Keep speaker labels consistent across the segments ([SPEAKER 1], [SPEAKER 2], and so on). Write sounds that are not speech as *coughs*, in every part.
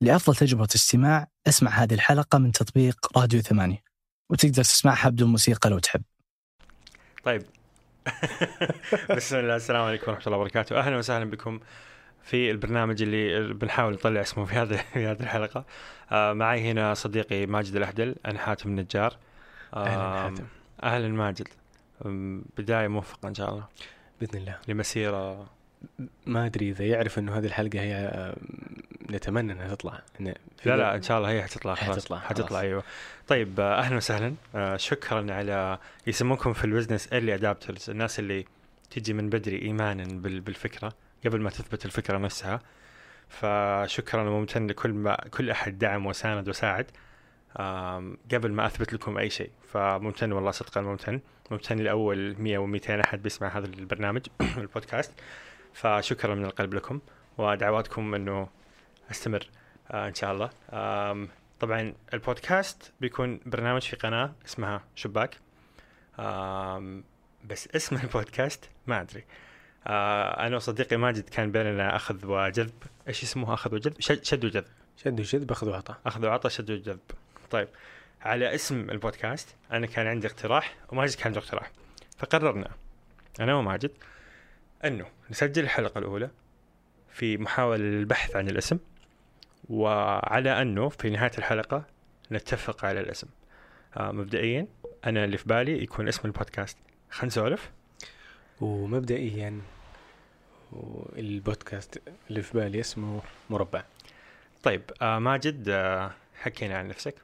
[SPEAKER 1] لأفضل تجربة استماع اسمع هذه الحلقة من تطبيق راديو ثمانية وتقدر تسمعها بدون موسيقى لو تحب
[SPEAKER 2] طيب *laughs* بسم الله السلام عليكم ورحمه الله وبركاته اهلا وسهلا بكم في البرنامج اللي بنحاول نطلع اسمه في هذا في هذه *laughs* الحلقه آه معي هنا صديقي ماجد الاحدل انا حاتم النجار آم،
[SPEAKER 3] أهلاً حاتم.
[SPEAKER 2] اهلا ماجد أم، بدايه موفقه ان شاء الله
[SPEAKER 3] باذن الله
[SPEAKER 2] لمسيره
[SPEAKER 3] ما ادري اذا يعرف انه هذه الحلقه هي آه، نتمنى انها تطلع إن في-
[SPEAKER 2] لا لا ان شاء الله هي حتطلع خلاص
[SPEAKER 3] حتطلع، خلاص.
[SPEAKER 2] حتطلع ايوه طيب آه، اهلا وسهلا آه، شكرا على يسمونكم في البزنس ايرلي ادابترز الناس اللي تجي من بدري ايمانا بال- بالفكره قبل ما تثبت الفكره نفسها فشكرا وممتن لكل ما كل احد دعم وساند وساعد آم، قبل ما اثبت لكم اي شيء فممتن والله صدقا ممتن ممتن لاول 100 و200 احد بيسمع هذا البرنامج *coughs* البودكاست فشكرا من القلب لكم ودعواتكم انه استمر آه ان شاء الله آم طبعا البودكاست بيكون برنامج في قناه اسمها شباك آم بس اسم *laughs* البودكاست ما ادري آه انا وصديقي ماجد كان بيننا اخذ وجذب ايش اسمه اخذ وجذب شد, شد وجذب
[SPEAKER 3] شد وجذب اخذ وعطاء
[SPEAKER 2] اخذ وعطى شد وجذب طيب على اسم البودكاست انا كان عندي اقتراح وماجد كان عنده اقتراح فقررنا انا وماجد انه نسجل الحلقه الاولى في محاوله للبحث عن الاسم وعلى انه في نهايه الحلقه نتفق على الاسم آه مبدئيا انا اللي في بالي يكون اسم البودكاست خلينا نسولف
[SPEAKER 3] ومبدئيا و- البودكاست اللي في بالي اسمه مربع
[SPEAKER 2] طيب آه ماجد آه حكينا عن نفسك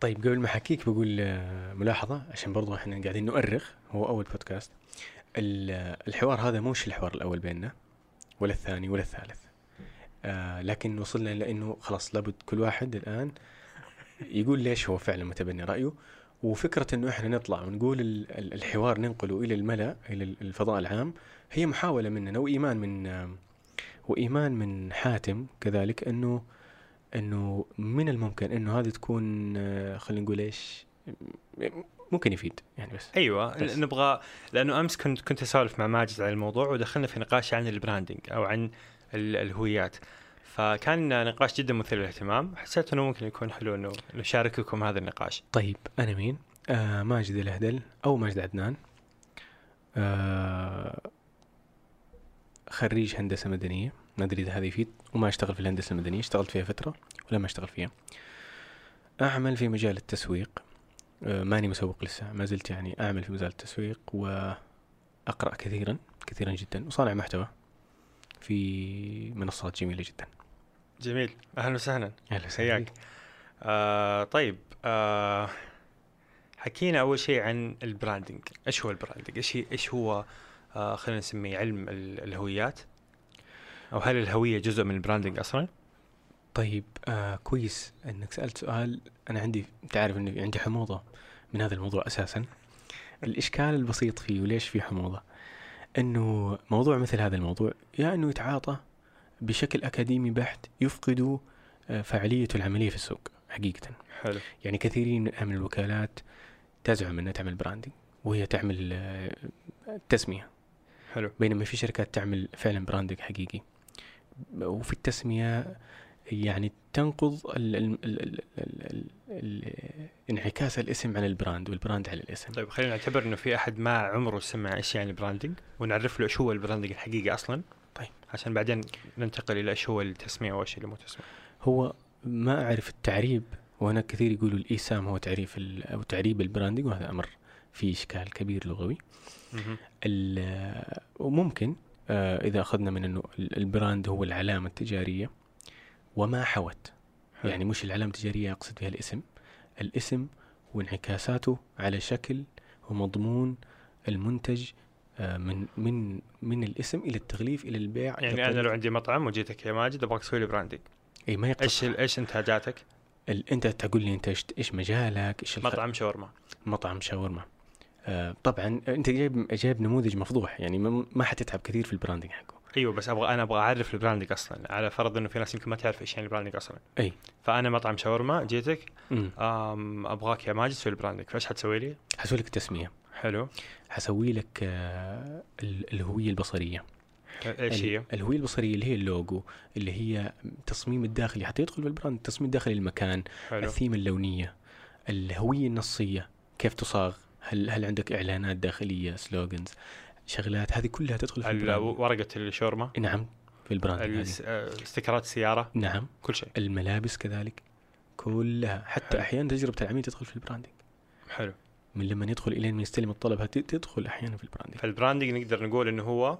[SPEAKER 3] طيب قبل ما احكيك بقول آه، ملاحظه عشان برضو احنا قاعدين نؤرخ هو اول بودكاست ال- آه، الحوار هذا مش الحوار الاول بيننا ولا الثاني ولا الثالث آه لكن وصلنا لانه خلاص لابد كل واحد الان يقول ليش هو فعلا متبني رايه وفكره انه احنا نطلع ونقول ال- ال- الحوار ننقله الى الملا الى ال- الفضاء العام هي محاوله مننا وايمان من آه، وايمان من حاتم كذلك انه انه من الممكن انه هذه تكون آه، خلينا نقول ايش م- ممكن يفيد يعني بس
[SPEAKER 2] ايوه
[SPEAKER 3] بس.
[SPEAKER 2] ل- نبغى لانه امس كنت كنت اسولف مع ماجد على الموضوع ودخلنا في نقاش عن البراندنج او عن ال- الهويات فكان نقاش جدا مثير للاهتمام حسيت انه ممكن يكون حلو انه نشارككم هذا النقاش
[SPEAKER 3] طيب انا مين؟ آه ماجد الاهدل او ماجد عدنان آه خريج هندسه مدنيه ما ادري اذا هذا يفيد وما اشتغل في الهندسه المدنيه اشتغلت فيها فتره ولا ما اشتغل فيها اعمل في مجال التسويق آه ماني مسوق لسه ما زلت يعني اعمل في مجال التسويق واقرا كثيرا كثيرا جدا وصانع محتوى في منصات جميله جدا
[SPEAKER 2] جميل اهلا وسهلا
[SPEAKER 3] اهلا وسهلا
[SPEAKER 2] حياك آه طيب آه حكينا اول شيء عن البراندنج ايش هو البراندنج ايش هي- ايش هو آه خلينا نسميه علم ال- الهويات او هل الهويه جزء من البراندنج اصلا
[SPEAKER 3] طيب آه كويس انك سالت سؤال انا عندي تعرف اني عندي حموضه من هذا الموضوع اساسا الاشكال البسيط فيه وليش في حموضه انه موضوع مثل هذا الموضوع يا انه يتعاطى بشكل اكاديمي بحت يفقد آه، فاعليته العمليه في السوق حقيقه
[SPEAKER 2] حلو
[SPEAKER 3] يعني كثيرين من الوكالات تزعم انها تعمل براندنج وهي تعمل آه، تسميه
[SPEAKER 2] حلو
[SPEAKER 3] بينما في شركات تعمل فعلا براندنج حقيقي وفي التسمية يعني تنقض ال ال ال ال ال ال انعكاس الاسم على البراند والبراند على الاسم
[SPEAKER 2] طيب خلينا نعتبر انه في احد ما عمره سمع ايش يعني براندنج ونعرف له ايش هو البراندنج الحقيقي اصلا
[SPEAKER 3] طيب.
[SPEAKER 2] عشان بعدين ننتقل الى ايش هو التسميه وايش اللي مو تسميه
[SPEAKER 3] هو ما أعرف التعريب وهناك كثير يقولوا الإيسام هو تعريف ال- أو تعريب البراندنج وهذا أمر فيه إشكال كبير لغوي ال- وممكن آه، إذا أخذنا من أنه ال- البراند هو العلامة التجارية وما حوت
[SPEAKER 2] حلو.
[SPEAKER 3] يعني مش العلامة التجارية أقصد بها الاسم الاسم وانعكاساته على شكل ومضمون المنتج آه، من من من الاسم الى التغليف الى البيع
[SPEAKER 2] يعني انا لو عندي مطعم وجيتك يا ماجد ابغاك تسوي لي براندنج
[SPEAKER 3] اي ما
[SPEAKER 2] ايش
[SPEAKER 3] يقصد
[SPEAKER 2] ال- ايش انتاجاتك؟
[SPEAKER 3] انت تقول لي انت ايش إيش مجالك ايش الخ-
[SPEAKER 2] مطعم شاورما
[SPEAKER 3] مطعم شاورما آه، طبعا انت جايب جايب نموذج مفضوح يعني ما ما حتتعب كثير في البراندنج حقه
[SPEAKER 2] ايوه بس ابغى انا ابغى اعرف البراندنج اصلا على فرض انه في ناس يمكن ما تعرف ايش يعني البراندنج اصلا
[SPEAKER 3] أي.
[SPEAKER 2] فانا مطعم شاورما جيتك
[SPEAKER 3] أمم.
[SPEAKER 2] أم ابغاك يا ماجد تسوي لي براندنج فايش حتسوي لي؟
[SPEAKER 3] حسوي لك تسميه
[SPEAKER 2] حلو
[SPEAKER 3] حسوي لك آه، ال- الهويه البصريه
[SPEAKER 2] ايش هي؟
[SPEAKER 3] ال- الهويه البصريه اللي هي اللوجو اللي هي تصميم الداخلي حتى يدخل بالبراند التصميم الداخلي للمكان
[SPEAKER 2] حلو
[SPEAKER 3] الثيم اللونيه الهويه النصيه كيف تصاغ هل هل عندك اعلانات داخليه سلوجنز شغلات هذه كلها تدخل في
[SPEAKER 2] ال-
[SPEAKER 3] البراند
[SPEAKER 2] ورقه الشاورما
[SPEAKER 3] نعم في البراند
[SPEAKER 2] ال-
[SPEAKER 3] هذه.
[SPEAKER 2] آه، استيكرات السياره
[SPEAKER 3] نعم
[SPEAKER 2] كل شيء
[SPEAKER 3] الملابس كذلك كلها حتى
[SPEAKER 2] حلو.
[SPEAKER 3] احيانا تجربه العميل تدخل في البراندنج
[SPEAKER 2] حلو
[SPEAKER 3] من لما يدخل الين ما يستلم الطلب هت- تدخل احيانا في البراندنج
[SPEAKER 2] فالبراندنج نقدر نقول انه هو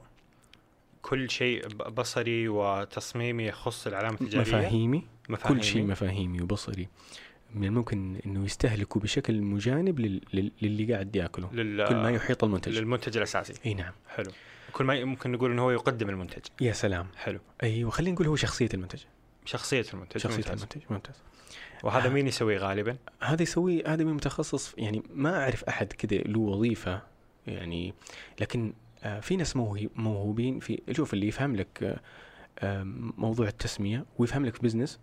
[SPEAKER 2] كل شيء ب- بصري وتصميمي يخص العلامه التجاريه
[SPEAKER 3] مفاهيمي
[SPEAKER 2] مفاهيمي.
[SPEAKER 3] كل شيء مفاهيمي وبصري من الممكن انه يستهلكوا بشكل مجانب لل... لل... للي قاعد ياكله
[SPEAKER 2] لل...
[SPEAKER 3] كل ما يحيط المنتج
[SPEAKER 2] للمنتج الاساسي
[SPEAKER 3] اي نعم
[SPEAKER 2] حلو كل ما ي- ممكن نقول انه هو يقدم المنتج
[SPEAKER 3] يا سلام
[SPEAKER 2] حلو
[SPEAKER 3] ايوه خلينا نقول هو شخصيه المنتج
[SPEAKER 2] شخصيه المنتج
[SPEAKER 3] شخصيه
[SPEAKER 2] ممتاز.
[SPEAKER 3] المنتج آه. ممتاز
[SPEAKER 2] وهذا مين يسويه غالبا
[SPEAKER 3] هذا يسوي هذا من متخصص يعني ما اعرف احد كذا له وظيفه يعني لكن آه، في ناس موهي- موهوبين في شوف اللي يفهم لك آه، آه، موضوع التسميه ويفهم لك في بزنس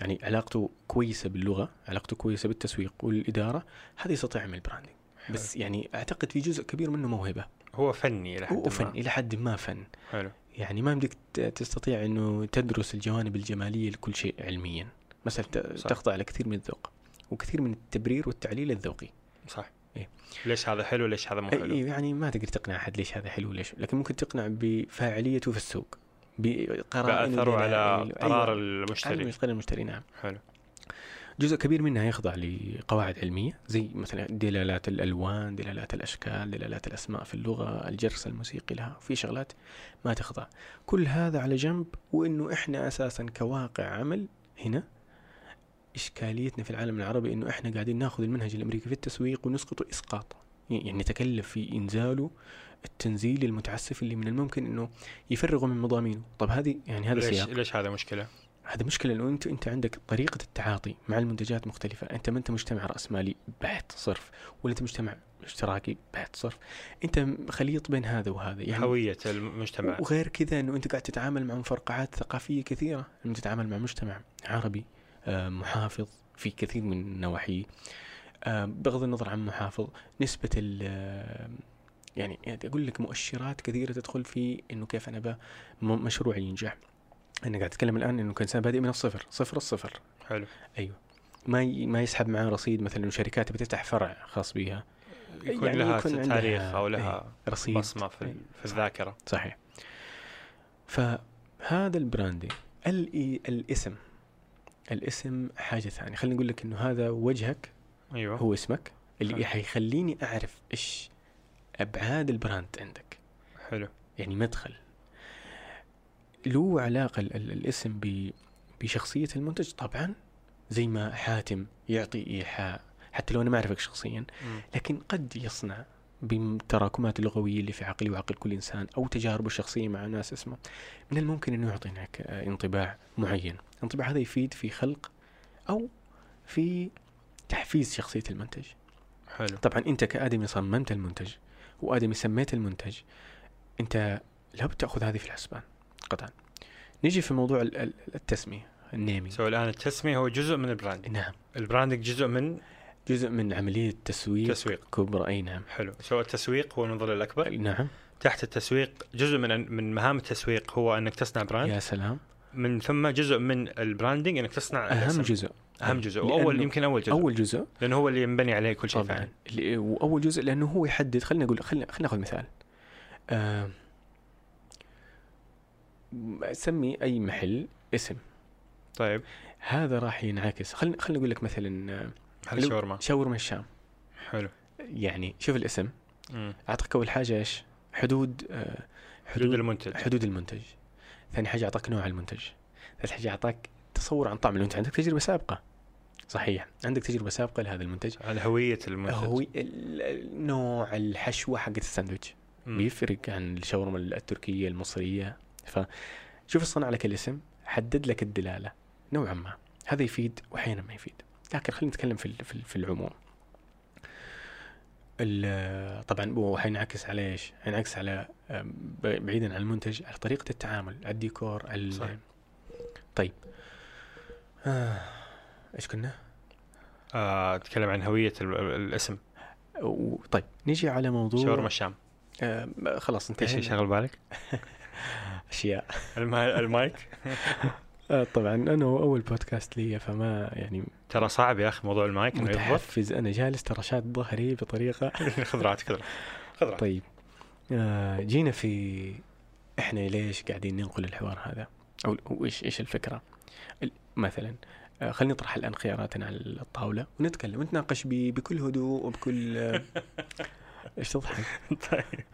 [SPEAKER 3] يعني علاقته كويسه باللغه علاقته كويسه بالتسويق والاداره هذا يستطيع يعمل براندنج بس يعني اعتقد في جزء كبير منه موهبه
[SPEAKER 2] هو فني الى حد ما.
[SPEAKER 3] وفن الى حد ما فن
[SPEAKER 2] حلو
[SPEAKER 3] يعني ما يمديك ت- تستطيع انه تدرس الجوانب الجماليه لكل شيء علميا مثلا ت-
[SPEAKER 2] صح.
[SPEAKER 3] تخضع لكثير من الذوق وكثير من التبرير والتعليل الذوقي
[SPEAKER 2] صح
[SPEAKER 3] إيه.
[SPEAKER 2] ليش هذا حلو ليش هذا مو
[SPEAKER 3] أي-
[SPEAKER 2] حلو
[SPEAKER 3] يعني ما تقدر تقنع احد ليش هذا حلو ليش لكن ممكن تقنع بفاعليته في السوق بقرائنه
[SPEAKER 2] باثره على
[SPEAKER 3] بدلائله.
[SPEAKER 2] قرار
[SPEAKER 3] أيوة، على
[SPEAKER 2] المشتري
[SPEAKER 3] مشتري المشتري نعم
[SPEAKER 2] حلو
[SPEAKER 3] جزء كبير منها يخضع لقواعد علميه زي مثلا دلالات الالوان دلالات الاشكال دلالات الاسماء في اللغه الجرس الموسيقي لها في شغلات ما تخضع كل هذا على جنب وانه احنا اساسا كواقع عمل هنا اشكاليتنا في العالم العربي انه احنا قاعدين ناخذ المنهج الامريكي في التسويق ونسقطه اسقاطه يعني نتكلف في انزاله التنزيل المتعسف اللي من الممكن انه يفرغه من مضامينه طب هذه يعني هذا
[SPEAKER 2] ليش
[SPEAKER 3] سياق
[SPEAKER 2] ليش هذا مشكله
[SPEAKER 3] هذا مشكلة لأنه أنت أنت عندك طريقة التعاطي مع المنتجات مختلفة، أنت ما أنت مجتمع رأسمالي بحت صرف، ولا أنت مجتمع اشتراكي بحت صرف، أنت خليط بين هذا وهذا يعني
[SPEAKER 2] هويه المجتمع
[SPEAKER 3] وغير كذا أنه أنت قاعد تتعامل مع مفرقعات ثقافية كثيرة، لما تتعامل مع مجتمع عربي آه، محافظ في كثير من نواحيه آه، بغض النظر عن محافظ نسبة ال آه، يعني أقول لك مؤشرات كثيرة تدخل في إنه كيف أنا ب- م- مشروعي ينجح أنا قاعد أتكلم الآن إنه كإنسان بادئ من الصفر صفر الصفر
[SPEAKER 2] حلو
[SPEAKER 3] ما ي- ما يسحب معاه رصيد مثلا إنه شركات بتفتح فرع خاص بها
[SPEAKER 2] يكون
[SPEAKER 3] يعني
[SPEAKER 2] لها
[SPEAKER 3] يكون عندها- طيب.
[SPEAKER 2] تاريخ او لها
[SPEAKER 3] رصيد
[SPEAKER 2] بصمه في, ال- في الذاكره
[SPEAKER 3] صحيح فهذا البراندنج ال- الاسم الاسم حاجة ثانية خلينا نقول لك إنه هذا وجهك
[SPEAKER 2] ايوه
[SPEAKER 3] هو اسمك اللي
[SPEAKER 2] حلو.
[SPEAKER 3] حيخليني اعرف ايش ابعاد البراند عندك
[SPEAKER 2] حلو
[SPEAKER 3] يعني مدخل له علاقه ال- ال- الاسم ب- بشخصيه المنتج طبعا زي ما حاتم يعطي ايحاء حتى لو انا ما اعرفك شخصيا
[SPEAKER 2] مم.
[SPEAKER 3] لكن قد يصنع بالتراكمات اللغويه اللي في عقلي وعقل كل انسان او تجاربه الشخصيه مع ناس اسمه من الممكن انه يعطي هناك آه، انطباع معين، الانطباع هذا يفيد في خلق او في تحفيز شخصيه المنتج.
[SPEAKER 2] حلو
[SPEAKER 3] طبعا انت كادمي صممت المنتج وادمي سميت المنتج انت لابد تاخذ هذه في الحسبان قطعا نجي في موضوع ال- ال- التسميه النيمينج
[SPEAKER 2] سو الان التسميه هو جزء من البراند
[SPEAKER 3] نعم
[SPEAKER 2] البراندنج جزء من
[SPEAKER 3] جزء من عمليه تسويق
[SPEAKER 2] التسويق
[SPEAKER 3] كبرى اي نعم
[SPEAKER 2] حلو سو التسويق هو المنظور الاكبر
[SPEAKER 3] نعم
[SPEAKER 2] تحت التسويق جزء من من مهام التسويق هو انك تصنع براند
[SPEAKER 3] يا سلام
[SPEAKER 2] من ثم جزء من البراندنج انك تصنع
[SPEAKER 3] اهم
[SPEAKER 2] الاسم.
[SPEAKER 3] جزء
[SPEAKER 2] اهم جزء
[SPEAKER 3] لأنه-
[SPEAKER 2] واول يمكن اول جزء
[SPEAKER 3] اول جزء
[SPEAKER 2] لانه هو اللي ينبني عليه كل شيء
[SPEAKER 3] طبعا
[SPEAKER 2] فعلا
[SPEAKER 3] ل- واول جزء لانه هو يحدد خلينا نقول خلينا خلينا ناخذ مثال آه سمي اي محل اسم
[SPEAKER 2] طيب
[SPEAKER 3] هذا راح ينعكس خلينا خلينا نقول لك مثلا آه،
[SPEAKER 2] هذا
[SPEAKER 3] لو-
[SPEAKER 2] شاورما
[SPEAKER 3] شاورما الشام
[SPEAKER 2] حلو
[SPEAKER 3] يعني شوف الاسم
[SPEAKER 2] مم.
[SPEAKER 3] اعطاك اول حاجه ايش حدود آه،
[SPEAKER 2] حدود
[SPEAKER 3] حدود
[SPEAKER 2] المنتج
[SPEAKER 3] حدود المنتج ثاني حاجه اعطاك نوع المنتج ثالث حاجه اعطاك تصور عن طعم انت عندك تجربه سابقه صحيح عندك تجربه سابقه لهذا المنتج
[SPEAKER 2] على هويه المنتج
[SPEAKER 3] هو ال- ال- نوع الحشوه حقت الساندويتش
[SPEAKER 2] مم.
[SPEAKER 3] بيفرق عن الشاورما التركيه المصريه فشوف صنع لك الاسم حدد لك الدلاله نوعا ما هذا يفيد واحيانا ما يفيد لكن خلينا نتكلم في ال- في ال- في العموم ال- طبعا هو حينعكس على ايش؟ حينعكس على أم، ب- بعيدا عن المنتج على طريقه التعامل على الديكور على ال-
[SPEAKER 2] صح.
[SPEAKER 3] طيب آه، ايش كنا؟
[SPEAKER 2] آه، اتكلم عن هويه ال- ال- الاسم
[SPEAKER 3] و- طيب نجي على موضوع
[SPEAKER 2] شاورما الشام
[SPEAKER 3] آه،
[SPEAKER 2] ايش
[SPEAKER 3] خلاص انتهينا
[SPEAKER 2] اللي شغل بالك؟
[SPEAKER 3] اشياء
[SPEAKER 2] الم- المايك
[SPEAKER 3] آه، طبعا انا هو اول بودكاست لي فما يعني
[SPEAKER 2] ترى صعب يا اخي موضوع المايك انه يضبط
[SPEAKER 3] متحفز انا جالس ترى شاد ظهري بطريقه
[SPEAKER 2] *laughs* خذ راحتك خذ راحتك خذ راحتك
[SPEAKER 3] طيب آه، جينا في احنا ليش قاعدين ننقل الحوار هذا او ايش ايش الفكره ال- مثلا آه، خلينا نطرح الان خياراتنا على الطاوله ونتكلم ونتناقش ب- بكل هدوء وبكل آه، ايش تضحك
[SPEAKER 2] طيب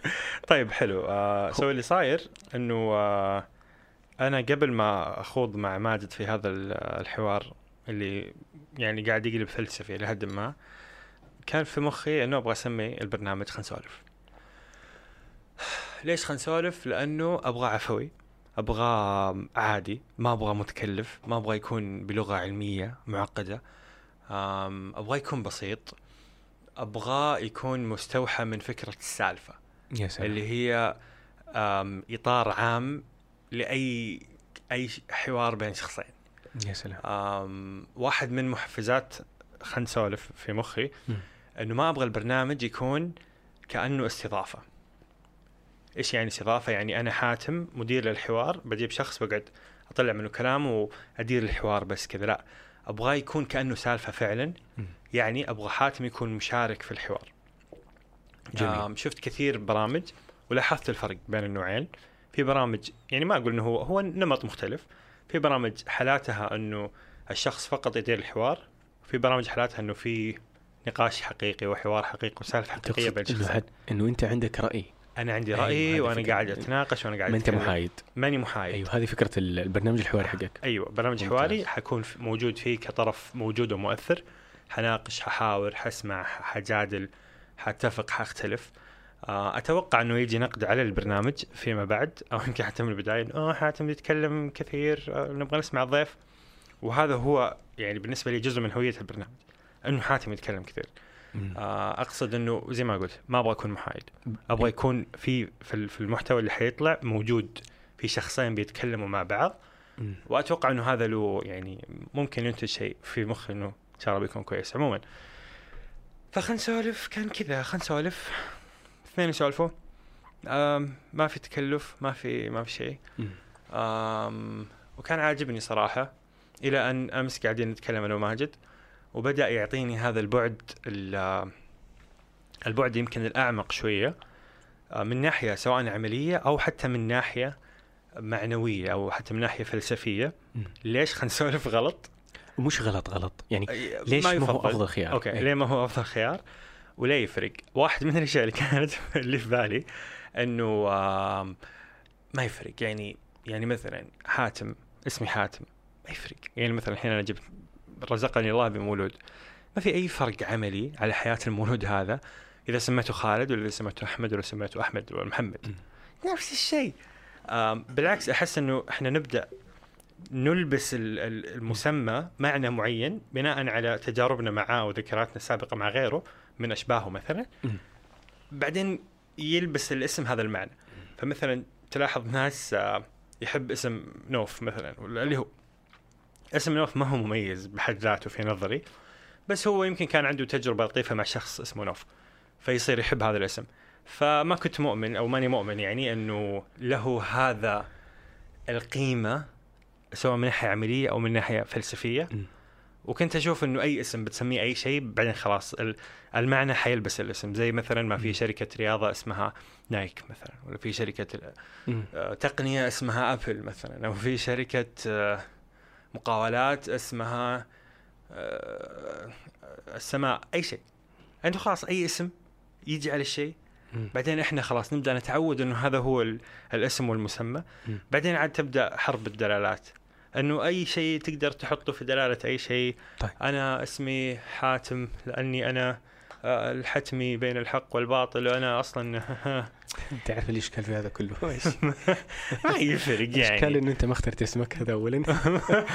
[SPEAKER 2] طيب حلو آه سو اللي صاير انه آه انا قبل ما اخوض مع ماجد في هذا ال- الحوار اللي يعني قاعد يقلب فلسفي لحد ما كان في مخي انه ابغى اسمي البرنامج خلنا نسولف *sighs* ليش خلنا نسولف لانه ابغى عفوي ابغى عادي ما ابغى متكلف ما ابغى يكون بلغه علميه معقده آم، ابغى يكون بسيط ابغى يكون مستوحى من فكره السالفه
[SPEAKER 3] يا
[SPEAKER 2] اللي هي آم، اطار عام لاي اي ش- حوار بين شخصين
[SPEAKER 3] يا سلام
[SPEAKER 2] آم، واحد من محفزات خلنا نسولف في مخي
[SPEAKER 3] مم.
[SPEAKER 2] انه ما ابغى البرنامج يكون كانه استضافه ايش يعني استضافه يعني انا حاتم مدير للحوار بجيب شخص بقعد اطلع منه كلام وادير الحوار بس كذا لا ابغاه يكون كانه سالفه فعلا
[SPEAKER 3] مم.
[SPEAKER 2] يعني ابغى حاتم يكون مشارك في الحوار
[SPEAKER 3] جميل
[SPEAKER 2] آم، شفت كثير برامج ولاحظت الفرق بين النوعين في برامج يعني ما اقول انه هو هو نمط مختلف في برامج حالاتها انه الشخص فقط يدير الحوار في برامج حالاتها انه في نقاش حقيقي وحوار حقيقي وسالفه حقيقيه بين
[SPEAKER 3] تقصد انه
[SPEAKER 2] شخصين
[SPEAKER 3] حد- انه انت عندك راي
[SPEAKER 2] انا عندي
[SPEAKER 3] أيوة،
[SPEAKER 2] رايي
[SPEAKER 3] هذه
[SPEAKER 2] وانا
[SPEAKER 3] فكرة.
[SPEAKER 2] قاعد اتناقش وانا قاعد
[SPEAKER 3] ما انت
[SPEAKER 2] أتكلم.
[SPEAKER 3] محايد
[SPEAKER 2] ماني محايد
[SPEAKER 3] ايوه هذه فكره ال- البرنامج الحواري حقك
[SPEAKER 2] ايوه برنامج
[SPEAKER 3] ممتاز.
[SPEAKER 2] حواري حكون في- موجود فيه كطرف موجود ومؤثر حناقش ححاور حسمع ح- حجادل حاتفق حاختلف آه، اتوقع انه يجي نقد على البرنامج فيما بعد او يمكن حتى من البدايه إنه، اه حاتم يتكلم كثير آه، نبغى نسمع الضيف وهذا هو يعني بالنسبه لي جزء من هويه البرنامج انه حاتم يتكلم كثير آه، اقصد انه زي ما قلت ما ابغى اكون محايد ابغى يكون في في ال- في المحتوى اللي حيطلع موجود في شخصين بيتكلموا مع بعض
[SPEAKER 3] مم.
[SPEAKER 2] واتوقع انه هذا له يعني ممكن ينتج شيء في مخي انه ان شاء الله بيكون كويس عموما فخلنا نسولف كان كذا خلنا نسولف اثنين يسولفوا أم، ما في تكلف ما في ما في شيء
[SPEAKER 3] مم.
[SPEAKER 2] أم، وكان عاجبني صراحه الى ان امس قاعدين نتكلم انا وماجد وبدا يعطيني هذا البعد ال- البعد يمكن الاعمق شويه أه، من ناحيه سواء عمليه او حتى من ناحيه معنويه او حتى من ناحيه فلسفيه
[SPEAKER 3] مم.
[SPEAKER 2] ليش خلينا نسولف غلط؟
[SPEAKER 3] ومش غلط غلط يعني
[SPEAKER 2] أي-
[SPEAKER 3] ليش ما, هو
[SPEAKER 2] يفضل.
[SPEAKER 3] افضل خيار
[SPEAKER 2] اوكي
[SPEAKER 3] إيه.
[SPEAKER 2] ليه ما هو افضل خيار ولا يفرق واحد من الاشياء اللي *laughs* كانت اللي في بالي انه آم، ما يفرق يعني يعني مثلا حاتم اسمي حاتم ما يفرق يعني مثلا الحين انا جبت رزقني الله بمولود ما في اي فرق عملي على حياه المولود هذا اذا سميته خالد ولا اذا سميته احمد ولا سميته احمد ولا محمد نفس الشيء آم، بالعكس احس انه احنا نبدا نلبس ال- ال- المسمى معنى معين بناء على تجاربنا معاه وذكرياتنا السابقه مع غيره من اشباهه مثلا
[SPEAKER 3] مم.
[SPEAKER 2] بعدين يلبس الاسم هذا المعنى فمثلا تلاحظ ناس آه، يحب اسم نوف مثلا ولا اللي هو اسم نوف ما هو مميز بحد ذاته في نظري بس هو يمكن كان عنده تجربه لطيفه مع شخص اسمه نوف فيصير يحب هذا الاسم فما كنت مؤمن او ماني مؤمن يعني انه له هذا القيمه سواء من ناحيه عمليه او من ناحيه فلسفيه
[SPEAKER 3] مم.
[SPEAKER 2] وكنت اشوف انه اي اسم بتسميه اي شيء بعدين خلاص ال- المعنى حيلبس الاسم زي مثلا ما في شركه رياضه اسمها نايك مثلا ولا في شركه
[SPEAKER 3] مم.
[SPEAKER 2] آه، تقنيه اسمها ابل مثلا او في شركه آه، مقاولات اسمها آه، السماء اي شيء انه خلاص اي اسم يجي على الشيء
[SPEAKER 3] مم.
[SPEAKER 2] بعدين احنا خلاص نبدا نتعود انه هذا هو ال- الاسم والمسمى
[SPEAKER 3] مم.
[SPEAKER 2] بعدين عاد تبدا حرب الدلالات انه اي شيء تقدر تحطه في دلاله اي شيء
[SPEAKER 3] طيب.
[SPEAKER 2] انا اسمي حاتم لاني انا آه، الحتمي بين الحق والباطل وانا اصلا
[SPEAKER 3] تعرف الاشكال في هذا كله *laughs* ايش
[SPEAKER 2] *laughs* ما يفرق
[SPEAKER 3] الاشكال
[SPEAKER 2] *laughs* يعني
[SPEAKER 3] انه انت ما اخترت اسمك هذا اولا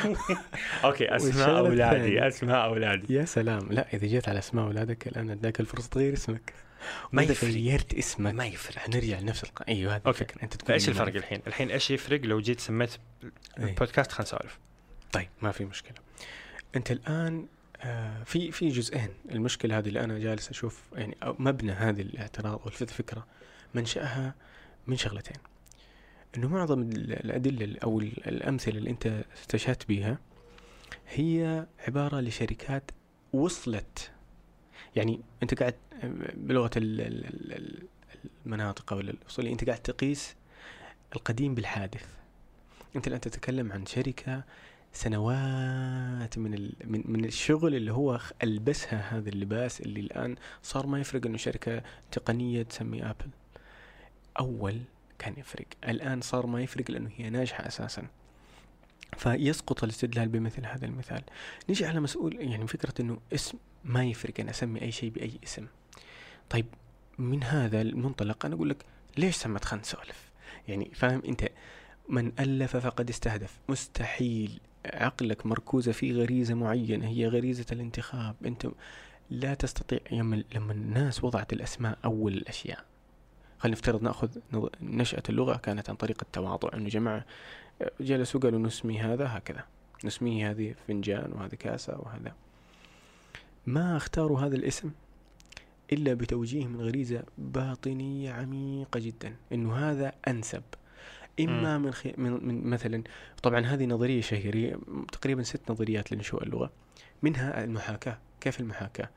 [SPEAKER 3] *laughs*
[SPEAKER 2] اوكي اسماء
[SPEAKER 3] والشغلة
[SPEAKER 2] اولادي
[SPEAKER 3] الثانية.
[SPEAKER 2] اسماء اولادي
[SPEAKER 3] يا سلام لا اذا جيت على اسماء اولادك الان اداك الفرصه تغير اسمك
[SPEAKER 2] ما
[SPEAKER 3] واذا
[SPEAKER 2] يفرق.
[SPEAKER 3] غيرت اسمك
[SPEAKER 2] ما يفرق
[SPEAKER 3] حنرجع لنفس الق... ايوه هذه
[SPEAKER 2] أوكي.
[SPEAKER 3] الفكره انت تكون
[SPEAKER 2] فايش
[SPEAKER 3] مميز.
[SPEAKER 2] الفرق الحين؟ الحين ايش يفرق لو جيت سميت
[SPEAKER 3] إيه.
[SPEAKER 2] البودكاست خلنا نسولف
[SPEAKER 3] طيب ما في مشكله انت الان آه، في في جزئين المشكله هذه اللي انا جالس اشوف يعني أو مبنى هذه الاعتراض والفكره منشاها من شغلتين انه معظم ال- الادله ال- او ال- الامثله اللي انت استشهدت بها هي عباره لشركات وصلت يعني انت قاعد بلغه ال- ال- ال- ال- المناطق او الاصول انت قاعد تقيس القديم بالحادث انت الان تتكلم عن شركه سنوات من ال... من من الشغل اللي هو خ- البسها هذا اللباس اللي الان صار ما يفرق انه شركه تقنيه تسمي ابل اول كان يفرق الآن صار ما يفرق لأنه هي ناجحة أساسا فيسقط الاستدلال بمثل هذا المثال نجي على مسؤول يعني فكرة أنه اسم ما يفرق أنا أسمي أي شيء بأي اسم طيب من هذا المنطلق أنا أقول لك ليش سمت خان سولف يعني فاهم أنت من ألف فقد استهدف مستحيل عقلك مركوزة في غريزة معينة هي غريزة الانتخاب أنت لا تستطيع لما لما الناس وضعت الأسماء أول الأشياء خلينا نفترض ناخذ نظ- نشأة اللغة كانت عن طريق التواضع انه جماعة جلسوا قالوا نسمي هذا هكذا نسميه هذه فنجان وهذه كاسة وهذا ما اختاروا هذا الاسم إلا بتوجيه من غريزة باطنية عميقة جدا انه هذا أنسب إما من, خي... من من مثلا طبعا هذه نظرية شهيرة تقريبا ست نظريات لنشوء اللغة منها المحاكاة كيف المحاكاة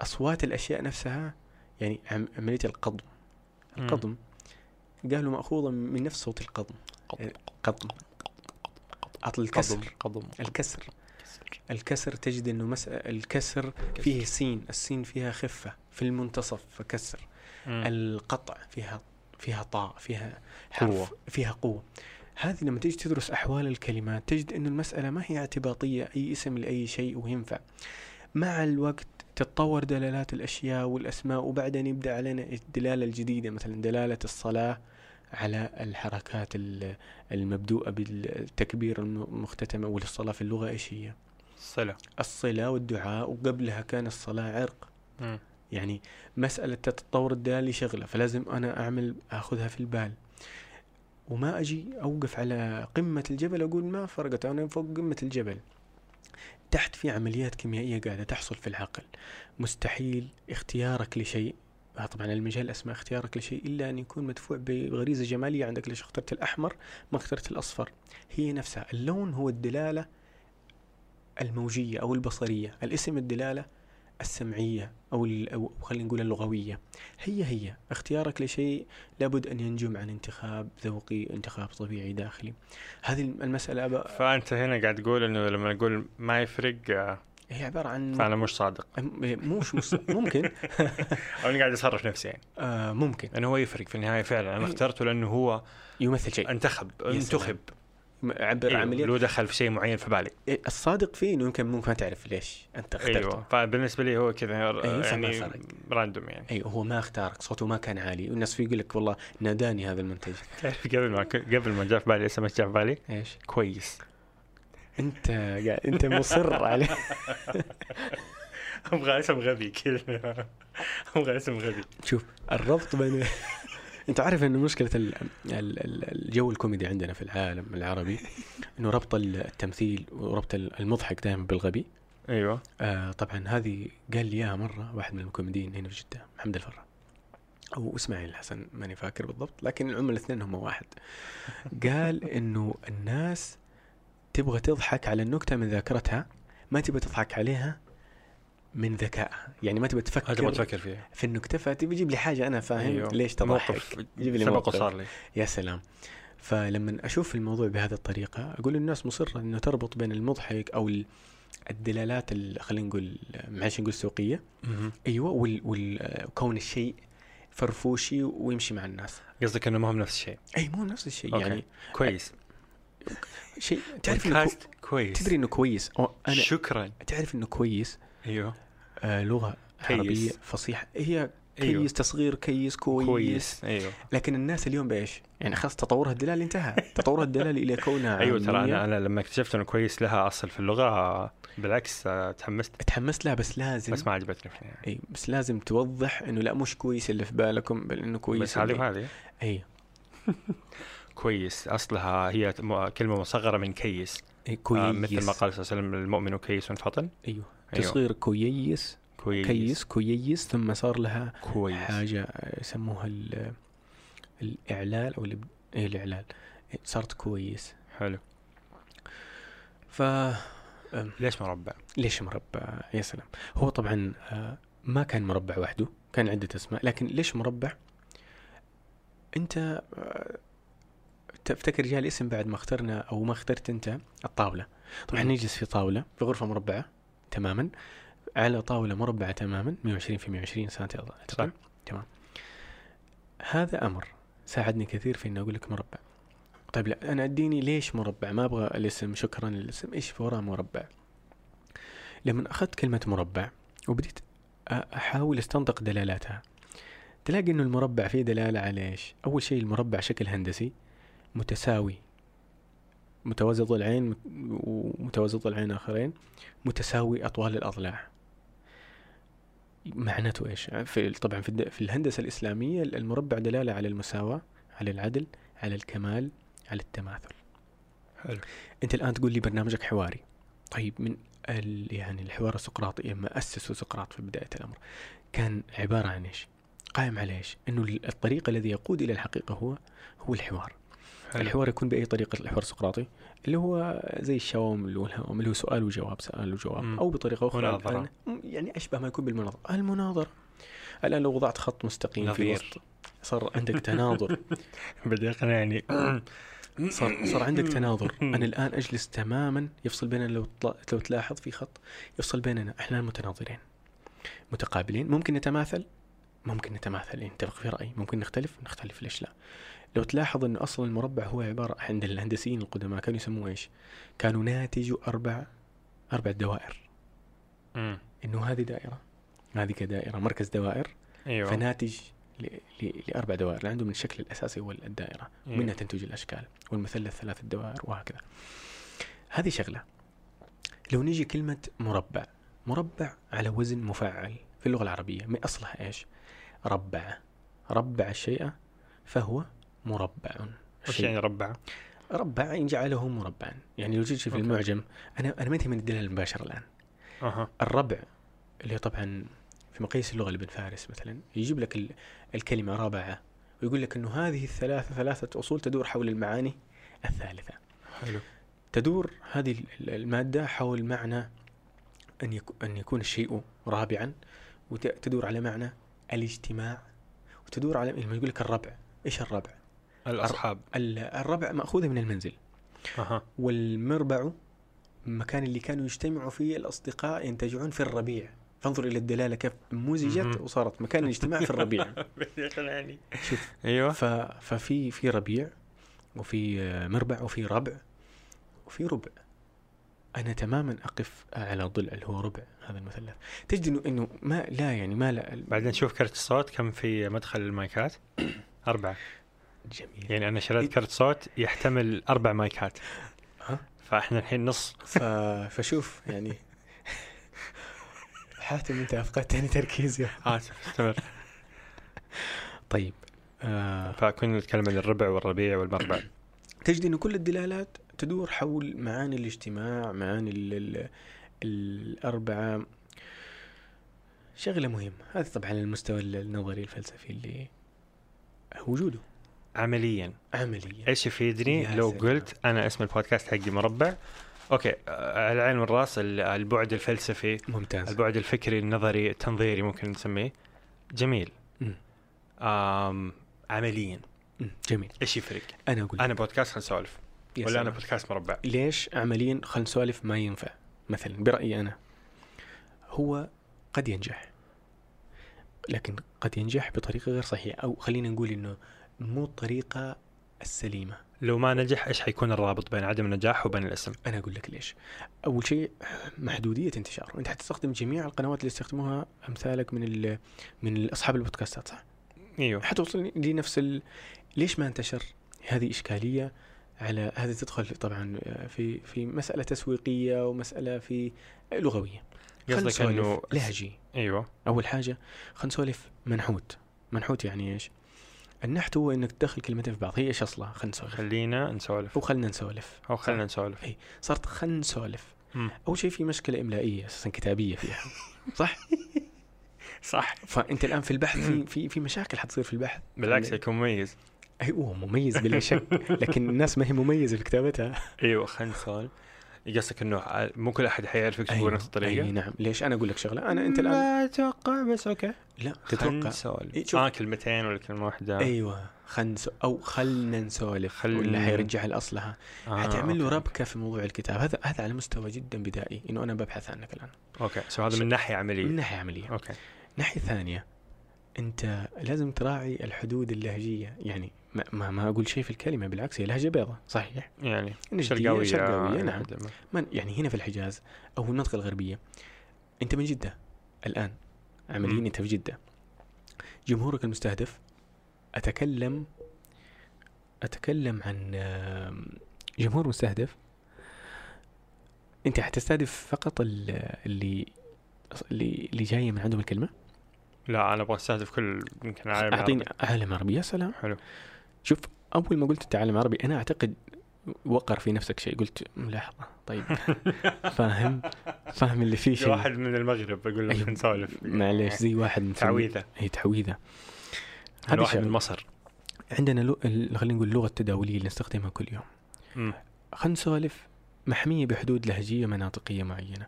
[SPEAKER 3] أصوات الأشياء نفسها يعني عم- عملية القضم
[SPEAKER 2] مم.
[SPEAKER 3] القضم قالوا مأخوذة من نفس صوت القضم
[SPEAKER 2] قضم.
[SPEAKER 3] آه، قضم عطل الكسر
[SPEAKER 2] قضم
[SPEAKER 3] الكسر
[SPEAKER 2] الكسر
[SPEAKER 3] الكسر تجد انه مس... الكسر فيه سين السين فيها خفة في المنتصف فكسر القطع فيها فيها طاء فيها حرف
[SPEAKER 2] قوة.
[SPEAKER 3] فيها قوة هذه لما تيجي تدرس أحوال الكلمات تجد أن المسألة ما هي اعتباطية أي اسم لأي شيء وينفع مع الوقت تتطور دلالات الأشياء والأسماء وبعدين يبدأ علينا الدلالة الجديدة مثلا دلالة الصلاة على الحركات ال- المبدوءة بالتكبير المختتمة والصلاة في اللغة إيش هي
[SPEAKER 2] صلة
[SPEAKER 3] الصلاة والدعاء وقبلها كان الصلاة عرق
[SPEAKER 2] مم.
[SPEAKER 3] يعني مسألة تتطور الدلالة شغلة فلازم أنا أعمل أخذها في البال وما أجي أوقف على قمة الجبل أقول ما فرقت أنا فوق قمة الجبل تحت في عمليات كيميائية قاعدة تحصل في العقل مستحيل اختيارك لشيء آه طبعا المجال أسماء اختيارك لشيء إلا أن يكون مدفوع بغريزة جمالية عندك ليش اخترت الأحمر ما اخترت الأصفر هي نفسها اللون هو الدلالة الموجية أو البصرية الاسم الدلالة السمعية أو, ال- أو خلينا نقول اللغوية هي هي اختيارك لشيء لابد أن ينجم عن انتخاب ذوقي انتخاب طبيعي داخلي هذه المسألة أبا-
[SPEAKER 2] فانت هنا قاعد تقول انه لما نقول ما يفرق آه،
[SPEAKER 3] هي عبارة عن
[SPEAKER 2] فانا مش صادق
[SPEAKER 3] أم- مش مص... ممكن
[SPEAKER 2] او اني قاعد اصرف نفسي يعني
[SPEAKER 3] آه ممكن
[SPEAKER 2] انه هو يفرق في النهايه فعلا انا
[SPEAKER 3] إيه.
[SPEAKER 2] اخترته لانه هو
[SPEAKER 3] يمثل شيء
[SPEAKER 2] انتخب
[SPEAKER 3] يا سلام.
[SPEAKER 2] انتخب
[SPEAKER 3] عبر
[SPEAKER 2] أيوه.
[SPEAKER 3] عملية
[SPEAKER 2] له دخل في شيء معين في بالي
[SPEAKER 3] الصادق فيه انه يمكن ممكن ما تعرف ليش انت اخترته
[SPEAKER 2] ايوه
[SPEAKER 3] ايوه,
[SPEAKER 2] فبالنسبه لي هو كذا
[SPEAKER 3] أيوه، فما
[SPEAKER 2] يعني
[SPEAKER 3] فرق.
[SPEAKER 2] راندوم يعني
[SPEAKER 3] أيوه هو ما اختارك صوته ما كان عالي والناس فيه يقول لك والله ناداني هذا المنتج
[SPEAKER 2] تعرف قبل ما قبل ما جاء في بالي اسمه جاء في بالي
[SPEAKER 3] ايش
[SPEAKER 2] كويس
[SPEAKER 3] انت قاعد انت مصر على *laughs*
[SPEAKER 2] ابغى اسم غبي كذا ابغى اسم غبي
[SPEAKER 3] شوف الربط بين *laughs* انت عارف ان مشكله ال... ال... ال- الجو الكوميدي عندنا في العالم العربي انه ربط التمثيل وربط المضحك دائما بالغبي
[SPEAKER 2] ايوه
[SPEAKER 3] آه طبعا هذه قال لي اياها مره واحد من الكوميديين هنا في جده محمد الفرا او اسماعيل الحسن ماني فاكر بالضبط لكن العمر الاثنين هم
[SPEAKER 2] *laughs*
[SPEAKER 3] واحد قال انه الناس تبغى تضحك على النكته من ذاكرتها ما تبغى تضحك عليها من ذكائها يعني ما تبغى تفكر,
[SPEAKER 2] تبغى تفكر فيها
[SPEAKER 3] في النكته فتبي جيب لي حاجه انا فاهم أيوه. ليش تضحك جيب لي
[SPEAKER 2] سبق
[SPEAKER 3] موقف.
[SPEAKER 2] وصار لي
[SPEAKER 3] يا سلام فلما اشوف الموضوع بهذه الطريقه اقول الناس مصره انه تربط بين المضحك او ال- الدلالات ال- خلينا نقول معلش نقول سوقيه ايوه وال- وال- وكون الشيء فرفوشي ويمشي مع الناس
[SPEAKER 2] قصدك انه ما هم نفس الشيء
[SPEAKER 3] اي مو نفس الشيء
[SPEAKER 2] أوكي.
[SPEAKER 3] يعني
[SPEAKER 2] كويس
[SPEAKER 3] شيء تعرف إنه كو...
[SPEAKER 2] بودكاست كويس
[SPEAKER 3] تدري انه كويس أو انا
[SPEAKER 2] شكرا
[SPEAKER 3] تعرف انه كويس
[SPEAKER 2] ايوه
[SPEAKER 3] آه لغه
[SPEAKER 2] كيس.
[SPEAKER 3] عربيه فصيحه هي كيس
[SPEAKER 2] أيوه.
[SPEAKER 3] أيوه. تصغير كيس كويس, كويس
[SPEAKER 2] كويس ايوه
[SPEAKER 3] لكن الناس اليوم بايش؟ يعني خلاص تطورها الدلال انتهى تطورها الدلال الى
[SPEAKER 2] *laughs*
[SPEAKER 3] كونها
[SPEAKER 2] ايوه ترى انا
[SPEAKER 3] عامية.
[SPEAKER 2] انا لما اكتشفت انه كويس لها اصل في اللغه آه، بالعكس آه، تحمست
[SPEAKER 3] تحمست لها بس لازم
[SPEAKER 2] بس ما عجبتني يعني. في النهايه
[SPEAKER 3] اي بس لازم توضح انه لا مش كويس اللي في بالكم بل انه كويس أيوه.
[SPEAKER 2] بس هذه
[SPEAKER 3] اللي-
[SPEAKER 2] وهذه *laughs*
[SPEAKER 3] اي
[SPEAKER 2] كويس اصلها هي م- كلمه مصغره من كيس
[SPEAKER 3] اي كويس
[SPEAKER 2] آه، مثل ما قال صلى الله عليه وسلم المؤمن كيس فطن
[SPEAKER 3] ايوه
[SPEAKER 2] أيوه.
[SPEAKER 3] تصغير كويس
[SPEAKER 2] كويس
[SPEAKER 3] كيس كويس ثم صار لها
[SPEAKER 2] كويس
[SPEAKER 3] حاجه يسموها ال- الاعلال او الإب- إيه الاعلال صرت كويس
[SPEAKER 2] حلو
[SPEAKER 3] ف
[SPEAKER 2] ليش مربع؟
[SPEAKER 3] ليش مربع يا سلام هو طبعا آه، ما كان مربع وحده كان عدة أسماء لكن ليش مربع أنت آه، تفتكر جاء الاسم بعد ما اخترنا أو ما اخترت أنت الطاولة طبعا نجلس في طاولة في غرفة مربعة تماما على طاولة مربعة تماما 120 في 120 سنتي
[SPEAKER 2] صح.
[SPEAKER 3] أعتقد تمام هذا أمر ساعدني كثير في إني أقول لك مربع طيب لا أنا أديني ليش مربع ما أبغى الاسم شكرا للاسم إيش في وراه مربع لما أخذت كلمة مربع وبديت أ- أحاول استنطق دلالاتها تلاقي إنه المربع فيه دلالة على إيش أول شيء المربع شكل هندسي متساوي متوازط العين مت- ومتوازط العين آخرين متساوي أطوال الأضلاع معناته إيش في طبعا في, الد- في الهندسة الإسلامية المربع دلالة على المساواة على العدل على الكمال على التماثل
[SPEAKER 2] حلو
[SPEAKER 3] انت الان تقول لي برنامجك حواري طيب من ال... يعني الحوار السقراطي لما اسسه سقراط في بدايه الامر كان عباره عن ايش؟ قائم على ايش؟ انه ال- الطريق الذي يقود الى الحقيقه هو هو الحوار،
[SPEAKER 2] حلو
[SPEAKER 3] الحوار يكون باي طريقه الحوار السقراطي اللي هو زي الشوام والهوام اللي هو سؤال وجواب سؤال وجواب
[SPEAKER 2] مم.
[SPEAKER 3] او بطريقه اخرى
[SPEAKER 2] مناظرة.
[SPEAKER 3] الآن- مم، يعني اشبه ما يكون بالمناظره، المناظره الان لو وضعت خط مستقيم في
[SPEAKER 2] نظير.
[SPEAKER 3] وسط صار عندك تناظر
[SPEAKER 2] بدي يعني. اقنعني
[SPEAKER 3] *coughs* صار صار
[SPEAKER 2] *coughs*
[SPEAKER 3] عندك تناظر انا الان اجلس تماما يفصل بيننا لو طل... لو تلاحظ في خط يفصل بيننا احنا الآن متناظرين متقابلين ممكن نتماثل ممكن نتماثل يعني نتفق في راي ممكن نختلف نختلف ليش لا لو تلاحظ ان اصل المربع هو عباره عند الهندسيين القدماء كانوا يسموه ايش كانوا ناتج اربع اربع دوائر
[SPEAKER 2] مم.
[SPEAKER 3] انه هذه دائره هذه كدائره مركز دوائر
[SPEAKER 2] ايوه
[SPEAKER 3] فناتج ل... ل... لاربع دوائر اللي عندهم الشكل الاساسي هو الدائره
[SPEAKER 2] أيوة.
[SPEAKER 3] ومنها تنتج الاشكال والمثلث ثلاث الدوائر وهكذا هذه شغله لو نجي كلمه مربع مربع على وزن مفعل في اللغه العربيه من اصلها ايش ربع ربع الشيء فهو مربع
[SPEAKER 2] وش يعني ربع؟
[SPEAKER 3] ربع إن جعله مربعا يعني لو تجي في
[SPEAKER 2] أوكي.
[SPEAKER 3] المعجم انا انا ما انتهي من الدلاله المباشره الان
[SPEAKER 2] اها
[SPEAKER 3] الربع اللي هو طبعا في مقاييس اللغه لابن فارس مثلا يجيب لك ال- الكلمه رابعه ويقول لك انه هذه الثلاثه ثلاثه اصول تدور حول المعاني الثالثه
[SPEAKER 2] حلو
[SPEAKER 3] تدور هذه ال- ال- الماده حول معنى ان يكون ان يكون الشيء رابعا وتدور على معنى الاجتماع وتدور على لما يقول لك الربع ايش الربع؟
[SPEAKER 2] الاصحاب
[SPEAKER 3] ال- الربع ماخوذه من المنزل
[SPEAKER 2] اها
[SPEAKER 3] والمربع المكان اللي كانوا يجتمعوا فيه الأصدقاء ينتجعون في الربيع فانظر إلى الدلالة كيف مزجت
[SPEAKER 2] مهم.
[SPEAKER 3] وصارت مكان الاجتماع
[SPEAKER 2] *laughs*
[SPEAKER 3] في الربيع
[SPEAKER 2] بدي اقنعني
[SPEAKER 3] شوف
[SPEAKER 2] ايوه
[SPEAKER 3] ف... ففي في ربيع وفي آه، مربع وفي ربع وفي ربع أنا تماما أقف على ضلع اللي هو ربع هذا المثلث تجد إنه إنه ما لا يعني ما لا
[SPEAKER 2] بعدين نشوف كرت الصوت كم في مدخل
[SPEAKER 3] *coughs*
[SPEAKER 2] المايكات أربعة
[SPEAKER 3] جميل
[SPEAKER 2] يعني أنا شريت كرت صوت يحتمل أربع مايكات
[SPEAKER 3] ها؟
[SPEAKER 2] فإحنا الحين نص
[SPEAKER 3] ف... فشوف يعني *laughs* حاتم أنت أفقدتني تركيزي
[SPEAKER 2] آسف استمر
[SPEAKER 3] طيب آه...
[SPEAKER 2] فكنا نتكلم عن الربع والربيع والمربع
[SPEAKER 3] تجد انه كل الدلالات تدور حول معاني الاجتماع معاني ال ال الأربعة شغلة مهمة هذا طبعا على المستوى النظري الفلسفي اللي وجوده
[SPEAKER 2] عمليا
[SPEAKER 3] عمليا
[SPEAKER 2] إيش يفيدني
[SPEAKER 3] يا
[SPEAKER 2] لو
[SPEAKER 3] سلام.
[SPEAKER 2] قلت أنا اسم البودكاست حقي مربع أوكي آه، على العين والرأس ال- البعد الفلسفي
[SPEAKER 3] ممتاز
[SPEAKER 2] البعد الفكري النظري التنظيري ممكن نسميه جميل
[SPEAKER 3] مم.
[SPEAKER 2] آم عمليا
[SPEAKER 3] مم، جميل
[SPEAKER 2] ايش يفرق؟
[SPEAKER 3] أنا أقول
[SPEAKER 2] انا بودكاست خلنا نسولف
[SPEAKER 3] يا
[SPEAKER 2] ولا انا
[SPEAKER 3] سلام.
[SPEAKER 2] بودكاست مربع
[SPEAKER 3] ليش عمليا خلينا نسولف ما ينفع مثلا برأيي أنا هو قد ينجح لكن قد ينجح بطريقة غير صحيحة أو خلينا نقول إنه مو الطريقة السليمة
[SPEAKER 2] لو ما نجح ايش حيكون الرابط بين عدم النجاح وبين الاسم؟
[SPEAKER 3] انا اقول لك ليش اول شيء محدوديه انتشاره انت حتستخدم جميع القنوات اللي يستخدموها امثالك من ال من اصحاب البودكاستات صح
[SPEAKER 2] ايوه
[SPEAKER 3] حتوصل لنفس ال... ليش ما انتشر هذه اشكاليه على هذه تدخل في- طبعا في في مساله تسويقيه ومساله في لغويه خلنا
[SPEAKER 2] قصدك
[SPEAKER 3] نسولف
[SPEAKER 2] انه
[SPEAKER 3] لهجي
[SPEAKER 2] ايوه
[SPEAKER 3] اول حاجه خلينا نسولف منحوت منحوت يعني ايش النحت هو انك تدخل كلمتين في بعض هي ايش اصلها خلينا نسولف
[SPEAKER 2] خلينا نسولف
[SPEAKER 3] وخلنا نسولف
[SPEAKER 2] او خلينا نسولف
[SPEAKER 3] صارت خلنا نسولف
[SPEAKER 2] مم.
[SPEAKER 3] اول شيء في مشكله املائيه اساسا كتابيه فيها صح
[SPEAKER 2] *laughs* صح
[SPEAKER 3] فانت الان في البحث في في, في مشاكل حتصير في البحث
[SPEAKER 2] بالعكس
[SPEAKER 3] خلي-
[SPEAKER 2] يكون مميز
[SPEAKER 3] هو مميز بلا
[SPEAKER 2] *laughs*
[SPEAKER 3] شك لكن الناس ما هي مميزه في كتابتها
[SPEAKER 2] ايوه خلينا نسال قصدك انه ع- مو كل احد حيعرفك تسوي نفس الطريقه
[SPEAKER 3] أي نعم ليش انا اقول لك شغله انا انت الان
[SPEAKER 2] ما اتوقع بس اوكي
[SPEAKER 3] لا
[SPEAKER 2] خلنا آه.
[SPEAKER 3] تتوقع إي،
[SPEAKER 2] نسولف
[SPEAKER 3] شوف.
[SPEAKER 2] اه كلمتين ولا كلمه واحده
[SPEAKER 3] ايوه خلنا او خلنا نسولف
[SPEAKER 2] خل-
[SPEAKER 3] خل... ولا حيرجعها لاصلها
[SPEAKER 2] آه،
[SPEAKER 3] حتعمل له
[SPEAKER 2] أوكي.
[SPEAKER 3] ربكه في موضوع الكتاب هذا هذا على مستوى جدا بدائي انه انا ببحث عنك الان
[SPEAKER 2] اوكي سو هذا
[SPEAKER 3] ش-
[SPEAKER 2] من ناحيه
[SPEAKER 3] من
[SPEAKER 2] عمليه
[SPEAKER 3] ناحيه عمليه
[SPEAKER 2] اوكي
[SPEAKER 3] ناحيه ثانيه انت لازم تراعي الحدود اللهجيه يعني ما ما, ما اقول شيء في الكلمه بالعكس هي لهجه بيضاء صحيح
[SPEAKER 2] يعني
[SPEAKER 3] نجدية،
[SPEAKER 2] شرقاويه
[SPEAKER 3] شرقاوية،
[SPEAKER 2] إلى
[SPEAKER 3] نعم.
[SPEAKER 2] حد ما.
[SPEAKER 3] من يعني هنا في الحجاز او في المنطقه الغربيه انت من جده الان
[SPEAKER 2] مم.
[SPEAKER 3] عمليا انت في جده جمهورك المستهدف اتكلم اتكلم عن آم، جمهور مستهدف انت حتستهدف فقط ال- اللي اللي اللي جايه من عندهم الكلمه
[SPEAKER 2] لا انا ابغى استهدف كل يمكن عالم
[SPEAKER 3] اعطيني عالم عربي يا سلام
[SPEAKER 2] حلو.
[SPEAKER 3] شوف اول ما قلت انت عالم عربي انا اعتقد وقر في نفسك شيء قلت "أم، لحظه
[SPEAKER 2] *laughs*
[SPEAKER 3] طيب فاهم فاهم اللي فيه
[SPEAKER 2] في
[SPEAKER 3] شيء
[SPEAKER 2] واحد من المغرب اقول لك
[SPEAKER 3] أيوة.
[SPEAKER 2] نسولف
[SPEAKER 3] معليش زي واحد إيه، من
[SPEAKER 2] تعويذه
[SPEAKER 3] هي تعويذه
[SPEAKER 2] من
[SPEAKER 3] هذا
[SPEAKER 2] واحد
[SPEAKER 3] شيء
[SPEAKER 2] من مصر
[SPEAKER 3] عندنا لو... ال- خلينا نقول اللغه التداوليه اللي نستخدمها كل يوم
[SPEAKER 2] مم.
[SPEAKER 3] خلينا نسولف محميه بحدود لهجيه مناطقيه معينه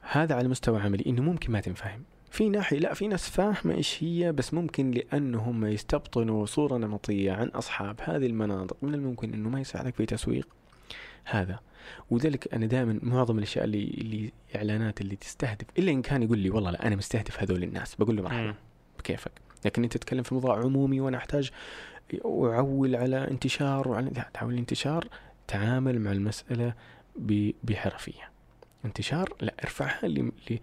[SPEAKER 3] هذا على مستوى عملي انه ممكن ما تنفهم في ناحية لا في ناس فاهمة ايش هي بس ممكن لانهم يستبطنوا صورة نمطية عن اصحاب هذه المناطق من الممكن انه ما يساعدك في تسويق هذا وذلك انا دائما معظم الاشياء اللي اللي اعلانات اللي تستهدف الا ان كان يقول لي والله لا انا مستهدف هذول الناس بقول له مرحبا
[SPEAKER 2] مم.
[SPEAKER 3] بكيفك لكن انت تتكلم في موضوع عمومي وانا احتاج اعول على انتشار وعلى لا تعول الانتشار تعامل مع المساله ب- بحرفيه انتشار لا ارفعها ل- ل-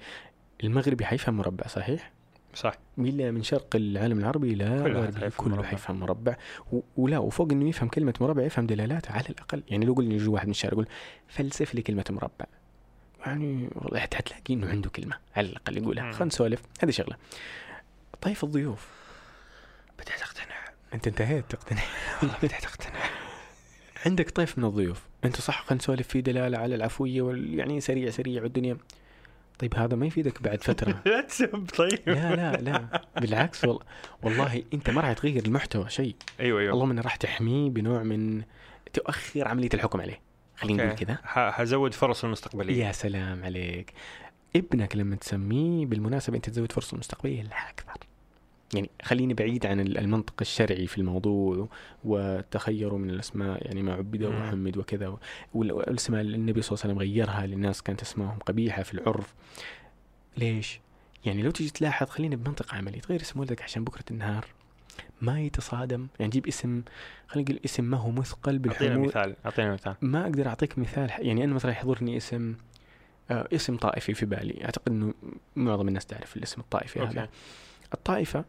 [SPEAKER 3] المغربي حيفهم مربع صحيح؟
[SPEAKER 2] *laughs* صح
[SPEAKER 3] الا من شرق العالم العربي لا
[SPEAKER 2] كل أحد
[SPEAKER 3] غربي
[SPEAKER 2] حيفهم
[SPEAKER 3] كله
[SPEAKER 2] مربع.
[SPEAKER 3] حيفهم مربع و- ولا وفوق انه يفهم كلمه مربع يفهم دلالاته على الاقل يعني لو قلنا يجي واحد من الشارع يقول فلسف لي كلمه مربع يعني والله حت- حتلاقي انه عنده كلمه على الاقل يقولها
[SPEAKER 2] مم.
[SPEAKER 3] خلينا نسولف هذه شغله طيف الضيوف
[SPEAKER 2] بديت اقتنع
[SPEAKER 3] انت انتهيت تقتنع
[SPEAKER 2] والله بديت اقتنع
[SPEAKER 3] عندك طيف من الضيوف انت صح خلينا نسولف في دلاله على العفويه وال... يعني سريع سريع والدنيا طيب هذا ما يفيدك بعد فتره
[SPEAKER 2] لا تسب طيب
[SPEAKER 3] لا لا لا بالعكس والله والله انت ما راح تغير المحتوى شيء
[SPEAKER 2] ايوه ايوه
[SPEAKER 3] اللهم انه راح تحميه بنوع من تؤخر عمليه الحكم عليه خلينا نقول
[SPEAKER 2] أوكي.
[SPEAKER 3] كذا
[SPEAKER 2] ح- حزود فرص المستقبليه
[SPEAKER 3] يا سلام عليك ابنك لما تسميه بالمناسبه انت تزود فرصه المستقبليه لها اكثر يعني خليني بعيد عن ال- المنطق الشرعي في الموضوع وتخيروا من الاسماء يعني ما عبد
[SPEAKER 2] مم.
[SPEAKER 3] وحمد وكذا و- وال- والاسماء اللي النبي صلى الله عليه وسلم غيرها للناس كانت اسمائهم قبيحه في العرف ليش؟ يعني لو تجي تلاحظ خلينا بمنطق عملي تغير اسم ولدك عشان بكره النهار ما يتصادم يعني جيب اسم خلينا نقول اسم ما هو مثقل
[SPEAKER 2] اعطينا
[SPEAKER 3] بالحمول
[SPEAKER 2] مثال اعطينا مثال
[SPEAKER 3] ما اقدر اعطيك مثال ح- يعني انا مثلا يحضرني اسم آه، اسم طائفي في بالي اعتقد انه معظم الناس تعرف الاسم الطائفي هذا
[SPEAKER 2] اوكي
[SPEAKER 3] الطائفه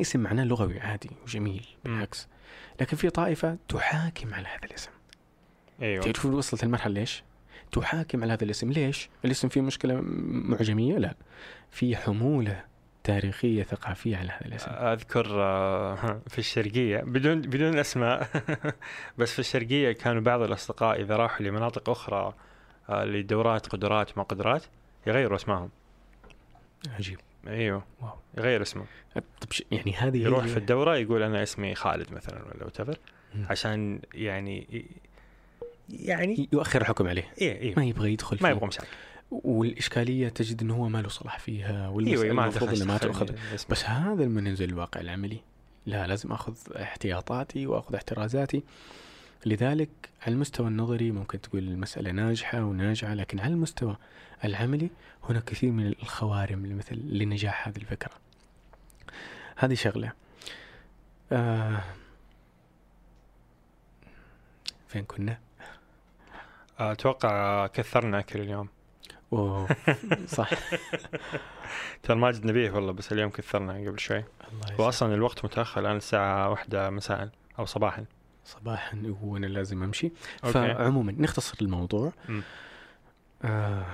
[SPEAKER 3] اسم معناه لغوي عادي وجميل بالعكس لكن في طائفه تحاكم على هذا الاسم
[SPEAKER 2] ايوه
[SPEAKER 3] تشوف وصلت المرحله ليش تحاكم على هذا الاسم ليش الاسم فيه مشكله م- معجميه لا في حموله تاريخيه ثقافيه على هذا الاسم
[SPEAKER 2] اذكر آه، *laughs* في الشرقيه بدون بدون اسماء *laughs* بس في الشرقيه كانوا بعض الاصدقاء اذا راحوا لمناطق اخرى آه، لدورات قدرات ما قدرات يغيروا اسمائهم
[SPEAKER 3] عجيب
[SPEAKER 2] ايوه
[SPEAKER 3] واو.
[SPEAKER 2] يغير اسمه
[SPEAKER 3] طب ش- يعني هذه هي
[SPEAKER 2] يروح
[SPEAKER 3] اللي-
[SPEAKER 2] في الدوره يقول انا اسمي خالد مثلا ولا وات
[SPEAKER 3] مم.
[SPEAKER 2] عشان يعني ي- يعني
[SPEAKER 3] ي- يؤخر الحكم عليه
[SPEAKER 2] ايه ايه
[SPEAKER 3] ما يبغى يدخل
[SPEAKER 2] ما
[SPEAKER 3] فيه.
[SPEAKER 2] يبغى مشاكل
[SPEAKER 3] والاشكاليه تجد انه هو ما له صلاح فيها والمسألة
[SPEAKER 2] ايوه ما
[SPEAKER 3] المفروض
[SPEAKER 2] دخلت
[SPEAKER 3] انها ما
[SPEAKER 2] خلي-
[SPEAKER 3] تاخذ
[SPEAKER 2] اسمه.
[SPEAKER 3] بس هذا المنزل الواقع العملي لا لازم اخذ احتياطاتي واخذ احترازاتي لذلك على المستوى النظري ممكن تقول المسألة ناجحة وناجعة لكن على المستوى العملي هناك كثير من الخوارم مثل لنجاح هذه الفكرة هذه شغلة آه فين كنا؟
[SPEAKER 2] اتوقع آه، كثرنا اكل اليوم
[SPEAKER 3] أوه صح
[SPEAKER 2] ترى ماجد نبيه والله بس اليوم كثرنا قبل شوي
[SPEAKER 3] الله يسلمك.
[SPEAKER 2] واصلا الوقت متاخر الان الساعه واحدة مساء او صباحا
[SPEAKER 3] صباحا وانا لازم امشي
[SPEAKER 2] اوكي
[SPEAKER 3] فعموما نختصر الموضوع
[SPEAKER 2] مم.
[SPEAKER 3] آه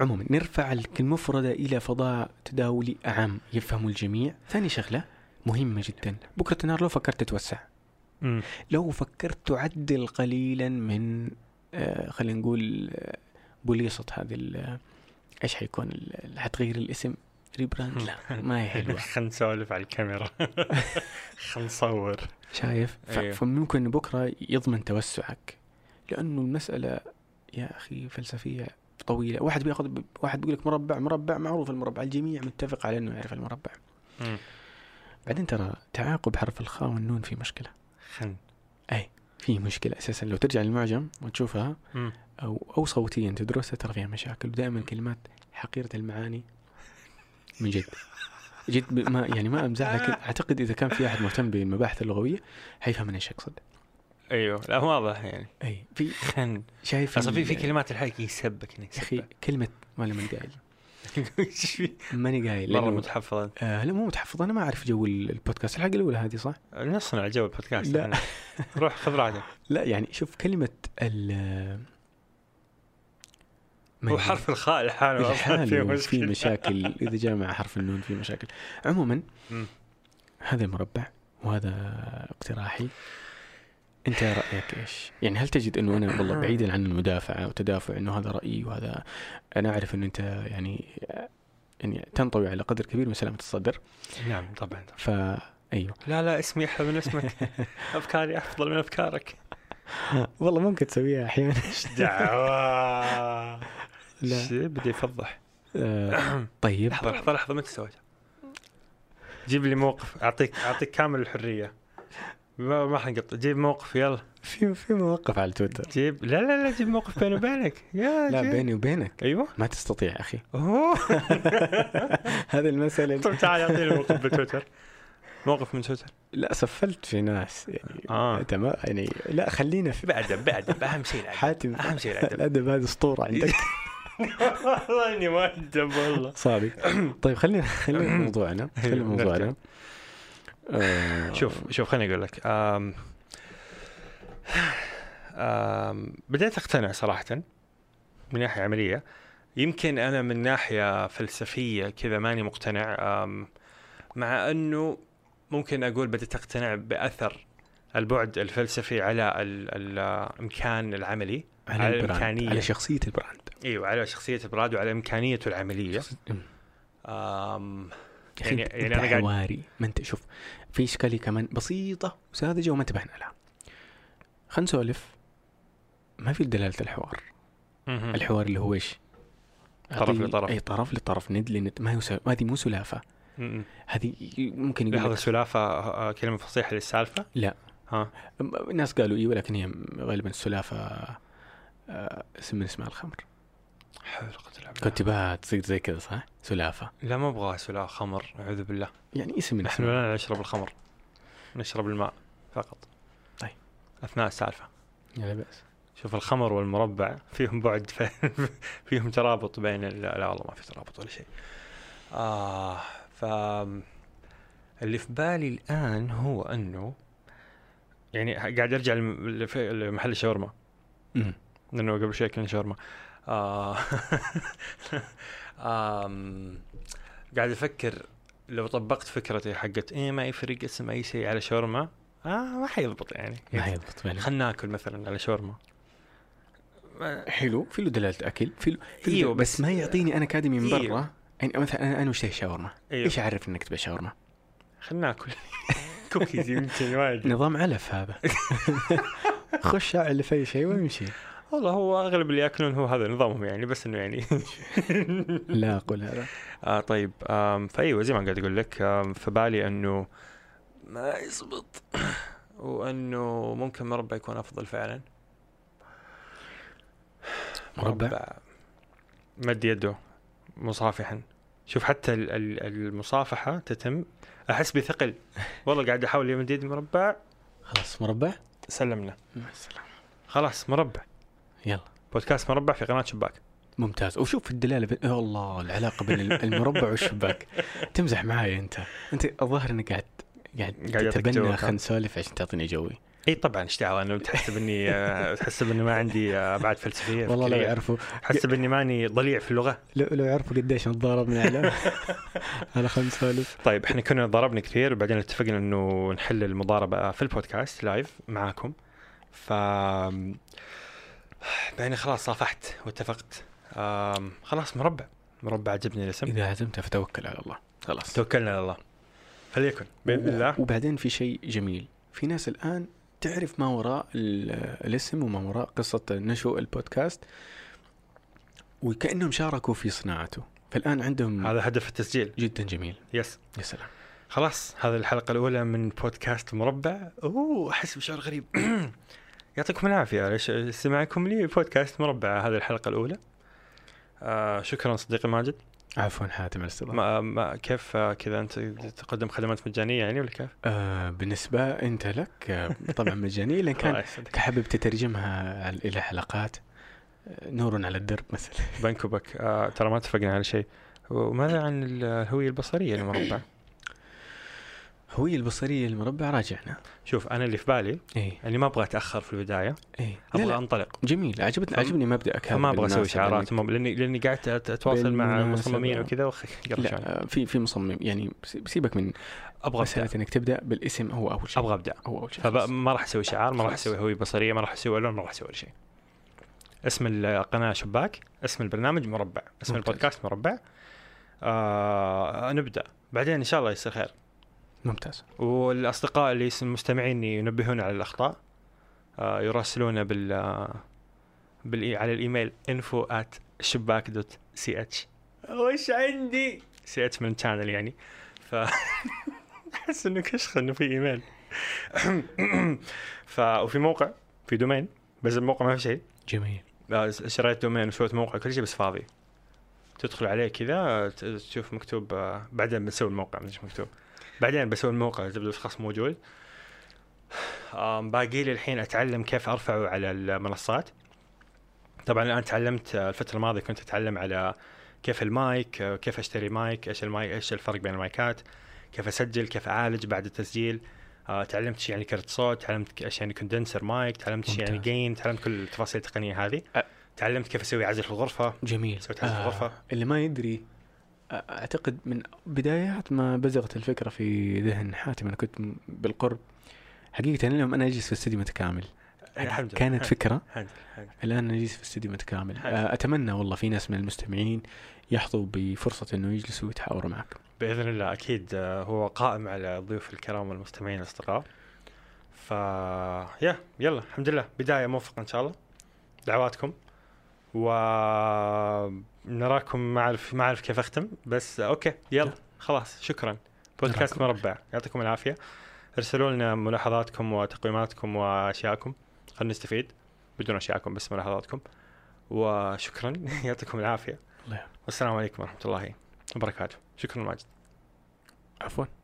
[SPEAKER 3] عموما نرفع المفردة إلى فضاء تداولي أعم يفهمه الجميع ثاني شغلة مهمة جدا بكرة النهار لو فكرت تتوسع
[SPEAKER 2] مم.
[SPEAKER 3] لو فكرت تعدل قليلا من آه خلينا آه، نقول آه، بوليصة هذه ال- ايش حيكون ال- ال- حتغير الاسم
[SPEAKER 2] *laughs*
[SPEAKER 3] ريبراند لا ما هي حلوه
[SPEAKER 2] خلينا نسولف على الكاميرا *laughs* خلينا نصور
[SPEAKER 3] شايف ف...
[SPEAKER 2] أيوه.
[SPEAKER 3] فممكن بكره يضمن توسعك لانه المساله يا اخي فلسفيه طويله واحد بياخذ ب... واحد بيقول لك مربع مربع معروف المربع الجميع متفق على انه يعرف المربع
[SPEAKER 2] مم.
[SPEAKER 3] بعدين ترى تعاقب حرف الخاء والنون في مشكله
[SPEAKER 2] خلينا
[SPEAKER 3] في مشكله اساسا لو ترجع للمعجم وتشوفها
[SPEAKER 2] مم.
[SPEAKER 3] او او صوتيا تدرسها ترى فيها مشاكل ودائما كلمات حقيره المعاني من جد جد ب- ما يعني ما امزح لكن اعتقد اذا كان في احد مهتم بالمباحث اللغويه حيفهم انا ايش اقصد
[SPEAKER 2] ايوه لا واضح يعني
[SPEAKER 3] اي في
[SPEAKER 2] خن
[SPEAKER 3] شايف
[SPEAKER 2] اصلا في في
[SPEAKER 3] ال-
[SPEAKER 2] كلمات الحلقه يسبك *laughs* هنا
[SPEAKER 3] يا اخي كلمه ما لي ماني قايل
[SPEAKER 2] ايش *laughs* في؟
[SPEAKER 3] ماني قايل
[SPEAKER 2] مره
[SPEAKER 3] لانه
[SPEAKER 2] متحفظ أنت.
[SPEAKER 3] آه لا مو متحفظ انا ما اعرف جو ال- البودكاست الحلقه الاولى هذه صح؟
[SPEAKER 2] نصنع جو البودكاست
[SPEAKER 3] لا.
[SPEAKER 2] لا روح خذ راحتك *laughs*
[SPEAKER 3] لا يعني شوف كلمه ال
[SPEAKER 2] هو حرف الخاء لحاله *laughs* اصلا في
[SPEAKER 3] الحال في
[SPEAKER 2] مشكله
[SPEAKER 3] مشاكل اذا جاء مع حرف النون في مشاكل عموما
[SPEAKER 2] مم.
[SPEAKER 3] هذا المربع وهذا اقتراحي انت رايك ايش؟ يعني هل تجد انه انا والله بعيدا عن المدافعه وتدافع انه هذا رايي وهذا انا اعرف انه انت يعني يعني تنطوي على قدر كبير من سلامه الصدر
[SPEAKER 2] نعم طبعا طبعاً.
[SPEAKER 3] فا ايوه
[SPEAKER 2] لا لا اسمي احلى من *laughs* اسمك افكاري افضل من افكارك
[SPEAKER 3] والله ممكن تسويها احيانا
[SPEAKER 2] ايش دعوه
[SPEAKER 3] *laughs* لا.
[SPEAKER 2] إيش بدي افضح
[SPEAKER 3] آه، طيب
[SPEAKER 2] لحظه لحظه لحظه متى سويتها؟ جيب لي موقف اعطيك اعطيك كامل الحريه ما ما حنقط جيب موقف يلا
[SPEAKER 3] في في مواقف على تويتر
[SPEAKER 2] جيب لا لا لا جيب موقف بيني وبينك *laughs* يا
[SPEAKER 3] لا
[SPEAKER 2] جيب.
[SPEAKER 3] بيني وبينك
[SPEAKER 2] ايوه
[SPEAKER 3] ما تستطيع اخي
[SPEAKER 2] اوه
[SPEAKER 3] *laughs* هذه المساله
[SPEAKER 2] طيب تعال اعطيني موقف بتويتر موقف من تويتر
[SPEAKER 3] لا سفلت في ناس يعني
[SPEAKER 2] آه.
[SPEAKER 3] تمام يعني لا خلينا في
[SPEAKER 2] بادب بادب اهم شيء الادب
[SPEAKER 3] حاتم
[SPEAKER 2] اهم شيء *laughs* الادب
[SPEAKER 3] الادب هذا اسطوره عندك
[SPEAKER 2] والله اني مؤدب والله
[SPEAKER 3] *laughs* صادق طيب خلينا خلينا
[SPEAKER 2] *clears throat*
[SPEAKER 3] في موضوعنا خلينا في
[SPEAKER 2] أيوة،
[SPEAKER 3] موضوعنا آه،
[SPEAKER 2] شوف شوف خليني اقول لك أم أم بديت اقتنع صراحه من ناحيه عمليه يمكن انا من ناحيه فلسفيه كذا ماني مقتنع أم مع انه ممكن اقول بديت اقتنع باثر البعد الفلسفي على ال- ال- الامكان العملي
[SPEAKER 3] على
[SPEAKER 2] على
[SPEAKER 3] البراند
[SPEAKER 2] الإمكانية.
[SPEAKER 3] على شخصيه البراند
[SPEAKER 2] ايوه على شخصيه براد وعلى امكانيته العمليه
[SPEAKER 3] أمم.
[SPEAKER 2] أم
[SPEAKER 3] يا أخي
[SPEAKER 2] يعني-
[SPEAKER 3] أنت-
[SPEAKER 2] يعني
[SPEAKER 3] أنت
[SPEAKER 2] أنا قاعد-
[SPEAKER 3] عواري ما انت شوف في اشكاليه كمان بسيطه وساذجه وما انتبهنا لها خلينا نسولف ما في دلاله الحوار
[SPEAKER 2] مهم.
[SPEAKER 3] الحوار اللي هو ايش؟
[SPEAKER 2] طرف
[SPEAKER 3] أعطيه-
[SPEAKER 2] لطرف.
[SPEAKER 3] اي طرف لطرف ند لند ما هي سل- هذه مو سلافه
[SPEAKER 2] مهم.
[SPEAKER 3] هذه ممكن يقول
[SPEAKER 2] لحظه
[SPEAKER 3] لك
[SPEAKER 2] سلافه آه، آه، كلمه فصيحه للسالفه
[SPEAKER 3] لا
[SPEAKER 2] ها
[SPEAKER 3] م- الناس قالوا ايوه لكن هي غالبا السلافه آه، اسم من اسماء الخمر
[SPEAKER 2] حول ولا قوه الا بالله
[SPEAKER 3] كنت بها تصير زي كذا صح؟ سلافه
[SPEAKER 2] لا ما ابغى سلاح خمر اعوذ بالله
[SPEAKER 3] يعني اسم من
[SPEAKER 2] نحن
[SPEAKER 3] اسماء
[SPEAKER 2] لا نشرب الخمر نشرب الماء فقط
[SPEAKER 3] طيب.
[SPEAKER 2] اثناء السالفه
[SPEAKER 3] يعني بأس
[SPEAKER 2] شوف الخمر والمربع *laughs* فيهم بعد ف... فيهم ترابط بين ال... لا والله ما في ترابط ولا شيء آه ف اللي في بالي الان هو انه يعني قاعد ارجع لم- لف- لمحل الشاورما
[SPEAKER 3] أمم.
[SPEAKER 2] لانه قبل شوي كان شاورما آه *laughs* آم، قاعد افكر لو طبقت فكرتي حقت ايه ما يفرق اسم اي شيء على شاورما اه ما حيضبط يعني
[SPEAKER 3] ما حيضبط فعلا
[SPEAKER 2] خلنا ناكل مثلا على شاورما ما-
[SPEAKER 3] حلو في له دلاله اكل في له في له
[SPEAKER 2] إيوه،
[SPEAKER 3] دلالة- بس ما يعطيني انا كادي من
[SPEAKER 2] إيوه.
[SPEAKER 3] برا يعني مثلا انا انا وش شاورما
[SPEAKER 2] ايوه
[SPEAKER 3] ايش اعرف انك تبي شاورما؟
[SPEAKER 2] خلنا ناكل كوكيز يمكن ما أدري.
[SPEAKER 3] *laughs* نظام علف *laughs* هذا خش اعلف اي شيء وامشي
[SPEAKER 2] والله هو اغلب اللي ياكلون هو هذا نظامهم يعني بس انه يعني
[SPEAKER 3] لا اقول هذا
[SPEAKER 2] آه طيب آم فايوه زي ما قاعد اقول لك آم في بالي انه ما يزبط وانه ممكن مربع يكون افضل فعلا
[SPEAKER 3] مربع
[SPEAKER 2] مد يده مصافحا شوف حتى ال- ال- المصافحه تتم احس بثقل والله قاعد احاول يمد يد مربع
[SPEAKER 3] خلاص مربع
[SPEAKER 2] سلمنا
[SPEAKER 3] مع السلامه
[SPEAKER 2] خلاص مربع
[SPEAKER 3] يلا
[SPEAKER 2] بودكاست مربع في قناه شباك
[SPEAKER 3] ممتاز وشوف الدلاله بين... يا الله العلاقه بين المربع والشباك تمزح معاي انت انت الظاهر انك قاعد قاعد
[SPEAKER 2] قاعد يعطيك
[SPEAKER 3] تتبنى
[SPEAKER 2] جوك، ها؟
[SPEAKER 3] خلنا نسولف عشان تعطيني جوي
[SPEAKER 2] اي طبعا ايش دعوه انا تحسب اني آه، تحسب اني ما عندي آه، ابعاد فلسفيه
[SPEAKER 3] والله لو
[SPEAKER 2] فكرية؟
[SPEAKER 3] يعرفوا
[SPEAKER 2] تحسب اني ماني ضليع في اللغه
[SPEAKER 3] لو, لو يعرفوا قديش نتضارب من *laughs* اعلام هلا خلنا نسولف
[SPEAKER 2] طيب احنا كنا ضربنا كثير وبعدين اتفقنا انه نحل المضاربه في البودكاست لايف معاكم ف بعدين خلاص صافحت واتفقت آم، خلاص مربع مربع عجبني الاسم
[SPEAKER 3] اذا عزمت فتوكل على الله خلاص
[SPEAKER 2] توكلنا على الله فليكن باذن الله
[SPEAKER 3] وبعدين في شيء جميل في ناس الان تعرف ما وراء ال- الاسم وما وراء قصه نشوء البودكاست وكانهم شاركوا في صناعته فالان عندهم
[SPEAKER 2] هذا هدف التسجيل
[SPEAKER 3] جدا جميل
[SPEAKER 2] يس
[SPEAKER 3] يا سلام
[SPEAKER 2] خلاص هذه الحلقه الاولى من بودكاست مربع اوه احس بشعور غريب *clears throat* يعطيكم العافيه على ش- استماعكم لي بودكاست مربع هذه الحلقه الاولى آه شكرا صديقي ماجد
[SPEAKER 3] عفوا حاتم على الاستضافه
[SPEAKER 2] ما ما كيف آه، كذا انت تقدم خدمات مجانيه يعني ولا كيف؟
[SPEAKER 3] آه بالنسبه انت لك آه طبعا مجانيه لان
[SPEAKER 2] *laughs* الله
[SPEAKER 3] كان
[SPEAKER 2] يسعدك.
[SPEAKER 3] حابب تترجمها على- الى حلقات آه، نور على الدرب مثلا
[SPEAKER 2] بنك وبك آه ترى ما اتفقنا على شيء وماذا عن الهويه البصريه للمربع؟
[SPEAKER 3] هوية البصريه المربع راجعنا
[SPEAKER 2] *coughs* شوف انا اللي في بالي
[SPEAKER 3] اي
[SPEAKER 2] اني ما ابغى اتاخر في البدايه
[SPEAKER 3] اي لا
[SPEAKER 2] ابغى
[SPEAKER 3] لا
[SPEAKER 2] انطلق
[SPEAKER 3] جميل عجبتني
[SPEAKER 2] فم-
[SPEAKER 3] عجبني مبدأك هذا
[SPEAKER 2] فما ابغى اسوي
[SPEAKER 3] بالمناسبة،
[SPEAKER 2] شعارات
[SPEAKER 3] لأنك-
[SPEAKER 2] مم- لاني لاني قاعد أت- اتواصل مع
[SPEAKER 3] بالمناسبة.
[SPEAKER 2] المصممين وكذا وأخ- قرف يعني.
[SPEAKER 3] لا آه، في في مصمم يعني سي- سيبك من
[SPEAKER 2] ابغى
[SPEAKER 3] مسألة
[SPEAKER 2] ابدا
[SPEAKER 3] انك تبدا بالاسم هو اول شيء
[SPEAKER 2] ابغى ابدا
[SPEAKER 3] هو اول شيء خلاص.
[SPEAKER 2] فما راح اسوي شعار ما راح
[SPEAKER 3] خلاص.
[SPEAKER 2] اسوي هويه بصريه ما راح اسوي لون ما راح اسوي ولا شيء اسم القناه شباك اسم البرنامج مربع اسم
[SPEAKER 3] ممتاز.
[SPEAKER 2] البودكاست مربع آه نبدا بعدين ان شاء الله يصير خير
[SPEAKER 3] ممتاز
[SPEAKER 2] والاصدقاء اللي يس- المستمعين ينبهون على الاخطاء آه، يراسلونا بال بال على الايميل info at شباك دوت سي اتش وش عندي؟ سي اتش من تشانل يعني ف *laughs* احس انه كشخه انه في ايميل *coughs* ف وفي موقع في دومين بس الموقع ما في شيء
[SPEAKER 3] جميل
[SPEAKER 2] آه، شريت دومين وسويت موقع كل شيء بس فاضي تدخل عليه كذا آه، ت- تشوف مكتوب آه، بعدين بسوي الموقع مدري ايش مكتوب بعدين بسوي الموقع تبدا الشخص موجود آم، باقي لي الحين اتعلم كيف ارفعه على المنصات طبعا الان تعلمت آه، الفتره الماضيه كنت اتعلم على كيف المايك آه، كيف اشتري مايك ايش المايك ايش الفرق بين المايكات كيف اسجل كيف اعالج بعد التسجيل آه، تعلمت شيء يعني كرت صوت تعلمت ايش يعني كوندنسر مايك تعلمت شيء يعني
[SPEAKER 3] ممتاز.
[SPEAKER 2] جين تعلمت كل التفاصيل التقنيه هذه
[SPEAKER 3] أ-
[SPEAKER 2] تعلمت كيف اسوي عزل في الغرفه
[SPEAKER 3] جميل آه،
[SPEAKER 2] سويت هذه الغرفة.
[SPEAKER 3] اللي ما يدري آه، اعتقد من بدايات ما بزغت الفكره في ذهن حاتم انا كنت م- بالقرب حقيقه اليوم انا اجلس في استديو متكامل
[SPEAKER 2] الحمد لله.
[SPEAKER 3] يعني كانت فكره
[SPEAKER 2] الحمد لله.
[SPEAKER 3] الان انا جالس في استديو متكامل
[SPEAKER 2] حلو.
[SPEAKER 3] آه، اتمنى والله في ناس من المستمعين يحظوا بفرصه انه يجلسوا ويتحاوروا معك
[SPEAKER 2] باذن الله اكيد آه، هو قائم على الضيوف الكرام والمستمعين الاصدقاء ف يا يلا الحمد لله بدايه موفقه ان شاء الله دعواتكم و نراكم ما اعرف ما اعرف كيف اختم بس آه، اوكي يلا خلاص شكرا بودكاست
[SPEAKER 3] نراكم.
[SPEAKER 2] مربع يعطيكم العافيه ارسلوا لنا ملاحظاتكم وتقييماتكم واشياءكم خلينا نستفيد بدون اشياءكم بس ملاحظاتكم وشكرا *laughs* يعطيكم العافيه
[SPEAKER 3] الله يعافيك.
[SPEAKER 2] والسلام عليكم ورحمه الله وبركاته شكرا ماجد
[SPEAKER 3] عفوا